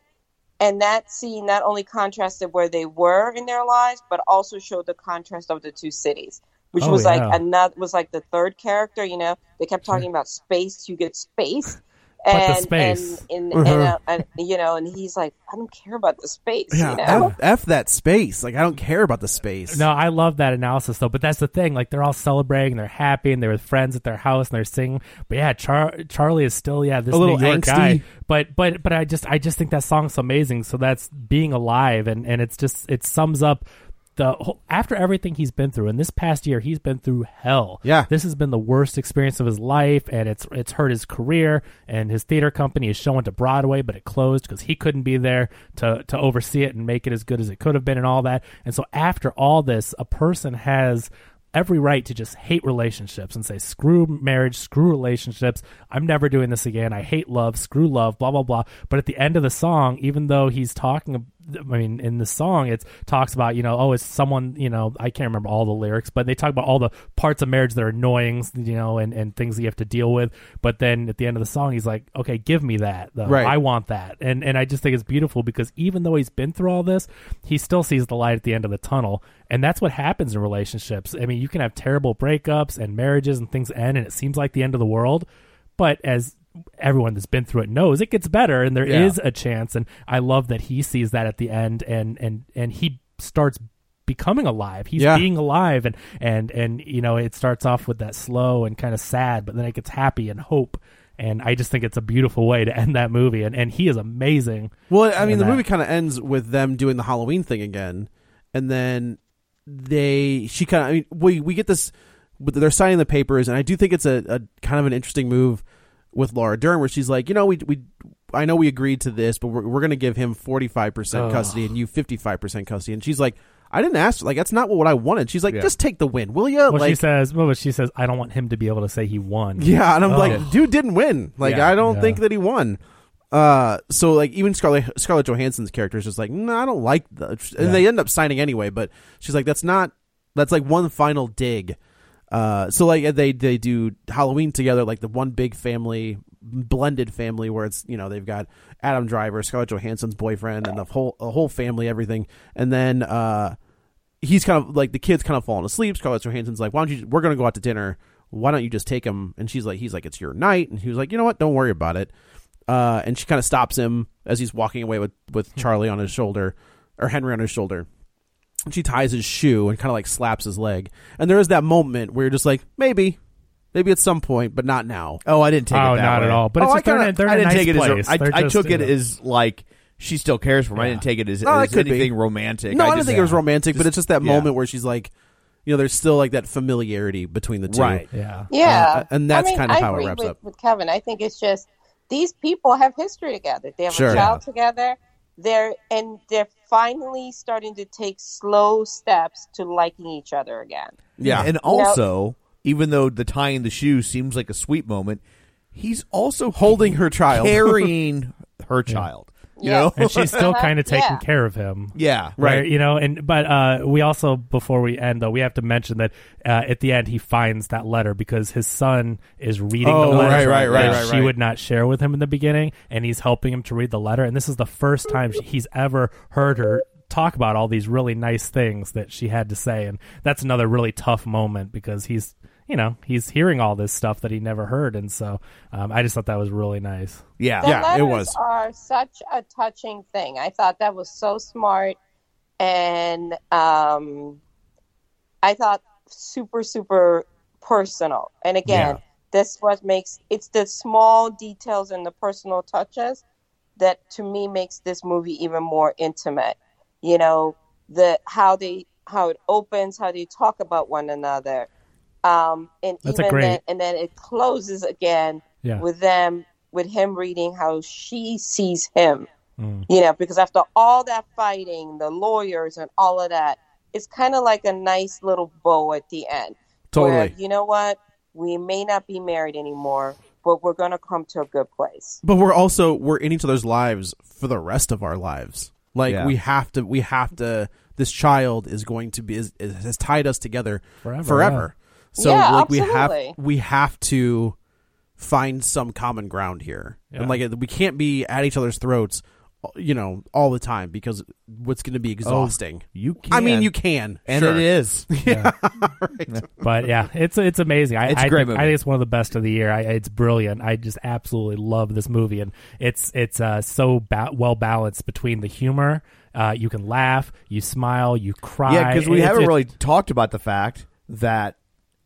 Speaker 4: and that scene not only contrasted where they were in their lives but also showed the contrast of the two cities which
Speaker 3: Oh,
Speaker 4: was
Speaker 3: yeah.
Speaker 4: like another was like the third character. You know, they kept talking about space. You get space.
Speaker 3: the
Speaker 4: And,
Speaker 3: space.
Speaker 4: and, and, and,
Speaker 2: Uh-huh.
Speaker 4: uh, and, you know, and he's like, I don't care about the space.
Speaker 2: Yeah,
Speaker 4: you know?
Speaker 2: F, F that space. Like I don't care about the space.
Speaker 3: No, I love that analysis though. But that's the thing; like they're all celebrating, and they're happy, and they're with friends at their house, and they're singing. But yeah, Char- Charlie is still yeah this
Speaker 2: A little
Speaker 3: New York
Speaker 2: angsty.
Speaker 3: guy. But but but I just I just think that song's amazing. So that's being alive, and and it's just it sums up. The whole, after everything he's been through, and this past year he's been through hell.
Speaker 2: Yeah.
Speaker 3: this has been the worst experience of his life, and it's it's hurt his career. And his theater company is showing to Broadway, but it closed because he couldn't be there to to oversee it and make it as good as it could have been, and all that. And so after all this, a person has every right to just hate relationships and say screw marriage screw relationships i'm never doing this again i hate love screw love blah blah blah but at the end of the song even though he's talking ab- i mean in the song it talks about you know oh it's someone you know i can't remember all the lyrics but they talk about all the parts of marriage that are annoying you know and, and things that you have to deal with but then at the end of the song he's like okay give me that though.
Speaker 2: Right.
Speaker 3: i want that and and i just think it's beautiful because even though he's been through all this he still sees the light at the end of the tunnel and that's what happens in relationships i mean you can have terrible breakups and marriages and things end and it seems like the end of the world but as everyone that's been through it knows it gets better and there is
Speaker 2: Yeah.
Speaker 3: a chance and i love that he sees that at the end and and and he starts becoming alive he's
Speaker 2: Yeah.
Speaker 3: being alive and and and you know it starts off with that slow and kind of sad but then it gets happy and hope and i just think it's a beautiful way to end that movie and and he is amazing
Speaker 2: Well, I mean,
Speaker 3: And
Speaker 2: the
Speaker 3: that-
Speaker 2: movie kind of ends with them doing the Halloween thing again, and then they she kind of I mean we we get this but they're signing the papers, and I do think it's a, a kind of an interesting move with Laura Dern where she's like, you know, we we I know we agreed to this, but we're we're gonna give him forty five percent custody and you fifty five percent custody, and she's like. I didn't ask. Like that's not what I wanted. She's like, just take the win, will you?
Speaker 3: well she
Speaker 2: like,
Speaker 3: says well she says i don't want him to be able to say he won
Speaker 2: yeah, and I'm like, dude didn't win. Like,
Speaker 3: Oh. Yeah,
Speaker 2: I don't
Speaker 3: yeah.
Speaker 2: think that he won. Uh, so like even Scarlett Scarlett Johansson's character is just like, no, I don't like the. And they end up signing anyway, but she's like, that's not. That's like one final dig. Uh, so like they they do Halloween together, like the one big family blended family where it's you know they've got Adam Driver, Scarlett Johansson's boyfriend, and the whole a whole family, everything, and then uh he's kind of like the kid's kind of falling asleep. Scarlett Johansson's like, "Why don't you? We're gonna go out to dinner. Why don't you just take him?" And she's like, "He's like, it's your night." And he was like, "You know what? Don't worry about it." Uh, and she kind of stops him as he's walking away with
Speaker 1: Hmm.
Speaker 2: with Charlie on his shoulder or Henry on his shoulder. And she ties his shoe and kind of like slaps his leg. And there is that moment where you're just like, maybe, maybe at some point, but not now.
Speaker 1: Oh, I didn't take
Speaker 3: Oh,
Speaker 1: it that
Speaker 3: not
Speaker 1: way.
Speaker 3: at all. But
Speaker 1: Oh,
Speaker 3: it's
Speaker 1: I
Speaker 3: a- they're in
Speaker 1: kinda-
Speaker 3: a- they're in
Speaker 1: I
Speaker 3: a
Speaker 1: didn't
Speaker 3: nice
Speaker 1: take it
Speaker 3: place.
Speaker 1: as a,
Speaker 3: They're
Speaker 1: I, I
Speaker 3: just,
Speaker 1: took it
Speaker 3: you know.
Speaker 1: as like she still cares for him. I didn't take it as,
Speaker 2: No, that
Speaker 1: as
Speaker 2: could be.
Speaker 1: anything romantic.
Speaker 2: No, I,
Speaker 1: I
Speaker 2: don't
Speaker 1: just-
Speaker 2: think it was romantic, but
Speaker 1: Just-
Speaker 2: it's just that
Speaker 1: yeah.
Speaker 2: moment where she's like, you know, there's still like that familiarity between the two.
Speaker 1: Right.
Speaker 3: yeah
Speaker 4: Yeah,
Speaker 2: Uh, and that's
Speaker 4: I mean,
Speaker 2: kind of
Speaker 4: I
Speaker 2: how it
Speaker 4: agree
Speaker 2: wraps
Speaker 4: with,
Speaker 2: up.
Speaker 4: With Kevin, I think it's just these people have history together. They have
Speaker 2: Sure.
Speaker 4: a child together. They're and they're finally starting to take slow steps to liking each other again.
Speaker 2: Yeah.
Speaker 1: And also, even though the tying the shoe seems like a sweet moment, he's also
Speaker 2: Holding her child.
Speaker 1: carrying her child. You
Speaker 4: Yeah.
Speaker 1: know,
Speaker 3: and she's still
Speaker 4: Uh-huh,
Speaker 3: kind of taking
Speaker 4: yeah.
Speaker 3: care of him
Speaker 1: yeah,
Speaker 3: right you know and but uh we also before we end though we have to mention that uh at the end he finds that letter because his son is reading
Speaker 2: Oh,
Speaker 3: the letter
Speaker 2: right, right, right,
Speaker 3: that
Speaker 2: right,
Speaker 3: she
Speaker 2: right.
Speaker 3: would not share with him in the beginning and he's helping him to read the letter and this is the first time she- he's ever heard her talk about all these really nice things that she had to say and that's another really tough moment because he's you know he's hearing all this stuff that he never heard and so um, i just thought that was really nice
Speaker 1: yeah,
Speaker 4: The
Speaker 2: Yeah, it
Speaker 4: letters
Speaker 2: was.
Speaker 4: Are such a touching thing. I thought that was so smart, and um, I thought super super personal. And again, this what makes it's the small details and the personal touches that to me makes this movie even more intimate. You know the how they how it opens, how they talk about one another, um, and
Speaker 3: That's a
Speaker 4: even
Speaker 3: great-
Speaker 4: then, and then it closes again
Speaker 3: yeah
Speaker 4: with them with him reading how she sees him
Speaker 3: Mm.
Speaker 4: you know because after all that fighting the lawyers and all of that it's kind of like a nice little bow at the end where,
Speaker 2: Totally.
Speaker 4: you know what we may not be married anymore but we're going to come to a good place
Speaker 2: but we're also we're in each other's lives for the rest of our lives like
Speaker 1: Yeah.
Speaker 2: we have to we have to this child is going to be is, is, has tied us together
Speaker 3: Forever,
Speaker 2: so
Speaker 4: Yeah,
Speaker 2: like we
Speaker 4: absolutely.
Speaker 2: have we have to find some common ground here and like it- we can't be at each other's throats you know, all the time because what's going to
Speaker 1: Oh.
Speaker 2: be exhausting.
Speaker 1: You can.
Speaker 2: I mean, you can,
Speaker 1: And
Speaker 2: sure.
Speaker 1: it is.
Speaker 2: Yeah,
Speaker 3: But yeah, it's it's amazing. I,
Speaker 1: It's
Speaker 3: I
Speaker 1: a great
Speaker 3: think,
Speaker 1: movie.
Speaker 3: I think it's one of the best of the year. I, it's brilliant. I just absolutely love this movie, and it's it's uh, so ba- well balanced between the humor. Uh, you can laugh, you smile, you cry.
Speaker 1: Yeah, because we
Speaker 3: It's-
Speaker 1: haven't
Speaker 3: it's-
Speaker 1: really talked about the fact that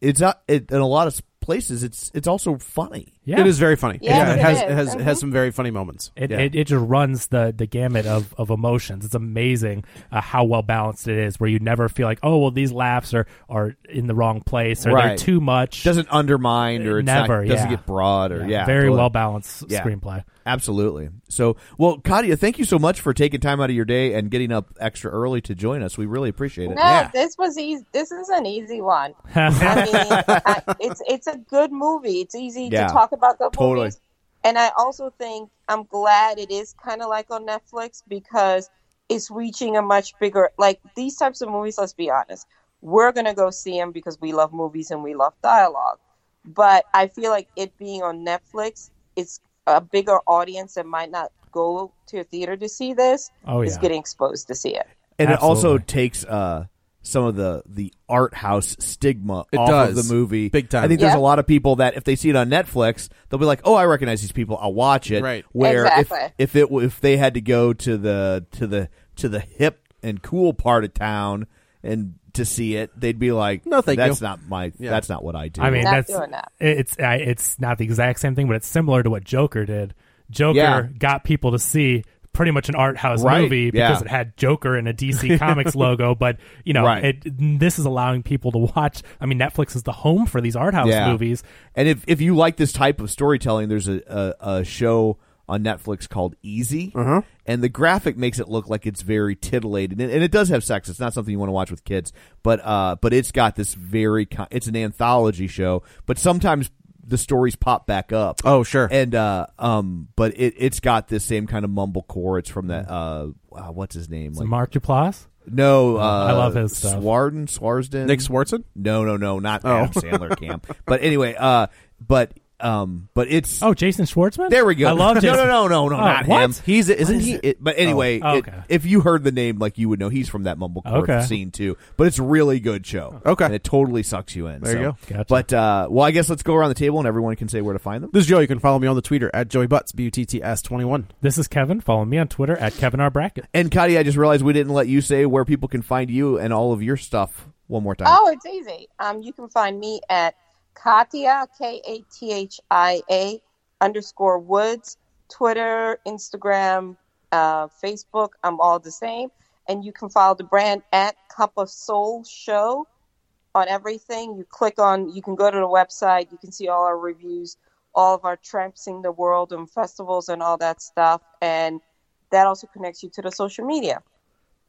Speaker 1: it's not it, in a lot of s- places. It's it's also funny.
Speaker 3: Yeah.
Speaker 2: it is very funny.
Speaker 4: Yeah,
Speaker 2: it
Speaker 4: it
Speaker 2: has
Speaker 4: is.
Speaker 2: it has it has
Speaker 4: Mhm.
Speaker 2: some very funny moments.
Speaker 3: It,
Speaker 1: Yeah.
Speaker 3: it, it just runs the, the gamut of, of emotions. It's amazing uh, how well balanced it is, where you never feel like, oh, well, these laughs are, are in the wrong place or they're
Speaker 1: Right.
Speaker 3: too much.
Speaker 1: Doesn't undermine or it's not-
Speaker 3: Never,
Speaker 1: doesn't
Speaker 3: yeah.
Speaker 1: get broad or yeah,
Speaker 3: very
Speaker 1: totally.
Speaker 3: well balanced
Speaker 1: Yeah.
Speaker 3: screenplay.
Speaker 1: Absolutely. So, well, Katia, thank you so much for taking time out of your day and getting up extra early to join us. We really appreciate it.
Speaker 4: No, this was easy. This is an easy one. I mean, I, it's it's a good movie. It's easy
Speaker 1: Yeah,
Speaker 4: to talk about good
Speaker 1: totally.
Speaker 4: movies, and I also think I'm glad it is kind of like on Netflix because it's reaching a much bigger. Like these types of movies, let's be honest, we're gonna go see them because we love movies and we love dialogue. But I feel like it being on Netflix, it's a bigger audience that might not go to a theater to see this.
Speaker 3: Oh,
Speaker 4: is
Speaker 3: yeah.
Speaker 4: getting exposed to see it.
Speaker 1: and it also
Speaker 3: Absolutely.
Speaker 1: takes uh, some of the the art house stigma
Speaker 2: It
Speaker 1: off of
Speaker 2: does.
Speaker 1: the movie.
Speaker 2: Big time.
Speaker 1: I think
Speaker 4: Yeah.
Speaker 1: there's a lot of people that if they see it on Netflix, they'll be like, "Oh, I recognize these people. I'll watch it."
Speaker 2: Right.
Speaker 1: Where
Speaker 4: Exactly.
Speaker 1: if if it w- if they had to go to the to the to the hip and cool part of town and to see it, they'd be like,
Speaker 2: No, thank
Speaker 1: that's
Speaker 2: you."
Speaker 1: not my.
Speaker 2: Yeah.
Speaker 1: That's not what I do."
Speaker 3: I mean,
Speaker 4: Not
Speaker 3: that's
Speaker 4: doing that.
Speaker 3: it's I, it's not the exact same thing, but it's similar to what Joker did. Joker
Speaker 1: Yeah.
Speaker 3: got people to see pretty much an art house
Speaker 1: Right,
Speaker 3: movie
Speaker 1: yeah.
Speaker 3: because it had Joker and a DC Comics logo, but you know,
Speaker 1: Right.
Speaker 3: it, this is allowing people to watch. I mean, Netflix is the home for these art house
Speaker 1: Yeah.
Speaker 3: movies.
Speaker 1: And if, if you like this type of storytelling, there's a, a, a show on Netflix called Easy,
Speaker 3: Uh-huh.
Speaker 1: and the graphic makes it look like it's very titillated, and, and it does have sex. It's not something you want to watch with kids, but uh, but it's got this very ki- it's an anthology show, but sometimes the stories pop back up.
Speaker 2: Oh, sure.
Speaker 1: and uh, um, but it it's got this same kind of mumblecore. It's from that uh, wow, what's his name?
Speaker 3: So Mark Duplass.
Speaker 1: no, uh,
Speaker 3: I love his stuff.
Speaker 1: Swarden, Swarsden,
Speaker 2: Nick Swartzen.
Speaker 1: no, no, no, not
Speaker 3: Oh.
Speaker 1: Adam Sandler camp. But anyway, uh, but um, but it's
Speaker 3: Oh, Jason Schwartzman.
Speaker 1: there we go.
Speaker 3: I love
Speaker 1: no,
Speaker 3: Jason.
Speaker 1: no, no, no, no,
Speaker 3: Oh,
Speaker 1: not
Speaker 3: what?
Speaker 1: him. He's isn't
Speaker 3: What is
Speaker 1: he?
Speaker 3: it?
Speaker 1: It, but anyway,
Speaker 3: Oh,
Speaker 1: it-
Speaker 3: okay.
Speaker 1: if you heard the name, like you would know, he's from that mumblecore
Speaker 3: Okay.
Speaker 1: scene too. But it's a really good show.
Speaker 2: Okay.
Speaker 1: and it totally sucks you in.
Speaker 2: There you
Speaker 1: so.
Speaker 2: go.
Speaker 3: Gotcha.
Speaker 1: But uh, well, I guess let's go around the table and everyone can say where to find them.
Speaker 2: This is Joe. You can follow me on the Twitter at Joey Butts B U T T S twenty one.
Speaker 3: This is Kevin. Follow me on Twitter at Kevin R Brackett.
Speaker 1: And Kadi, I just realized we didn't let you say where people can find you and all of your stuff one more time.
Speaker 4: Oh, it's easy. Um, you can find me at Katia K A T H I A underscore Woods, Twitter, Instagram, uh, Facebook. I'm all the same, and you can follow the brand at Cup of Soul Show on everything. You click on. You can go to the website. You can see all our reviews, all of our trampsing the world and festivals and all that stuff, and that also connects you to the social media.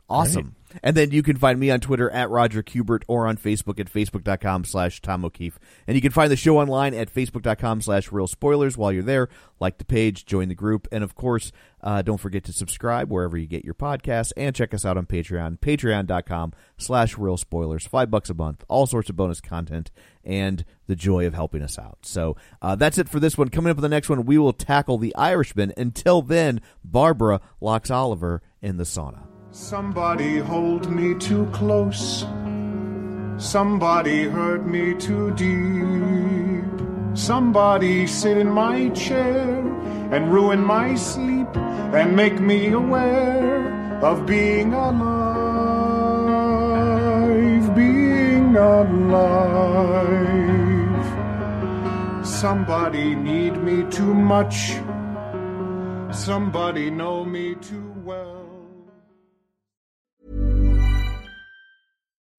Speaker 1: Awesome. And then you can find me on Twitter at Roger Kubert or on Facebook at Facebook.com slash Tom O'Keefe. And you can find the show online at Facebook.com slash Real Spoilers while you're there. Like the page, join the group, and of course, uh, don't forget to subscribe wherever you get your podcasts and check us out on Patreon, patreon.com slash Real Spoilers. Five bucks a month, all sorts of bonus content, and the joy of helping us out. So uh, that's it for this one. Coming up in the next one, we will tackle The Irishman. Until then, Barbara locks Oliver in the sauna.
Speaker 5: Somebody hold me too close. Somebody hurt me too deep. Somebody sit in my chair and ruin my sleep and make me aware of being alive, being alive. Somebody need me too much. Somebody know me too well.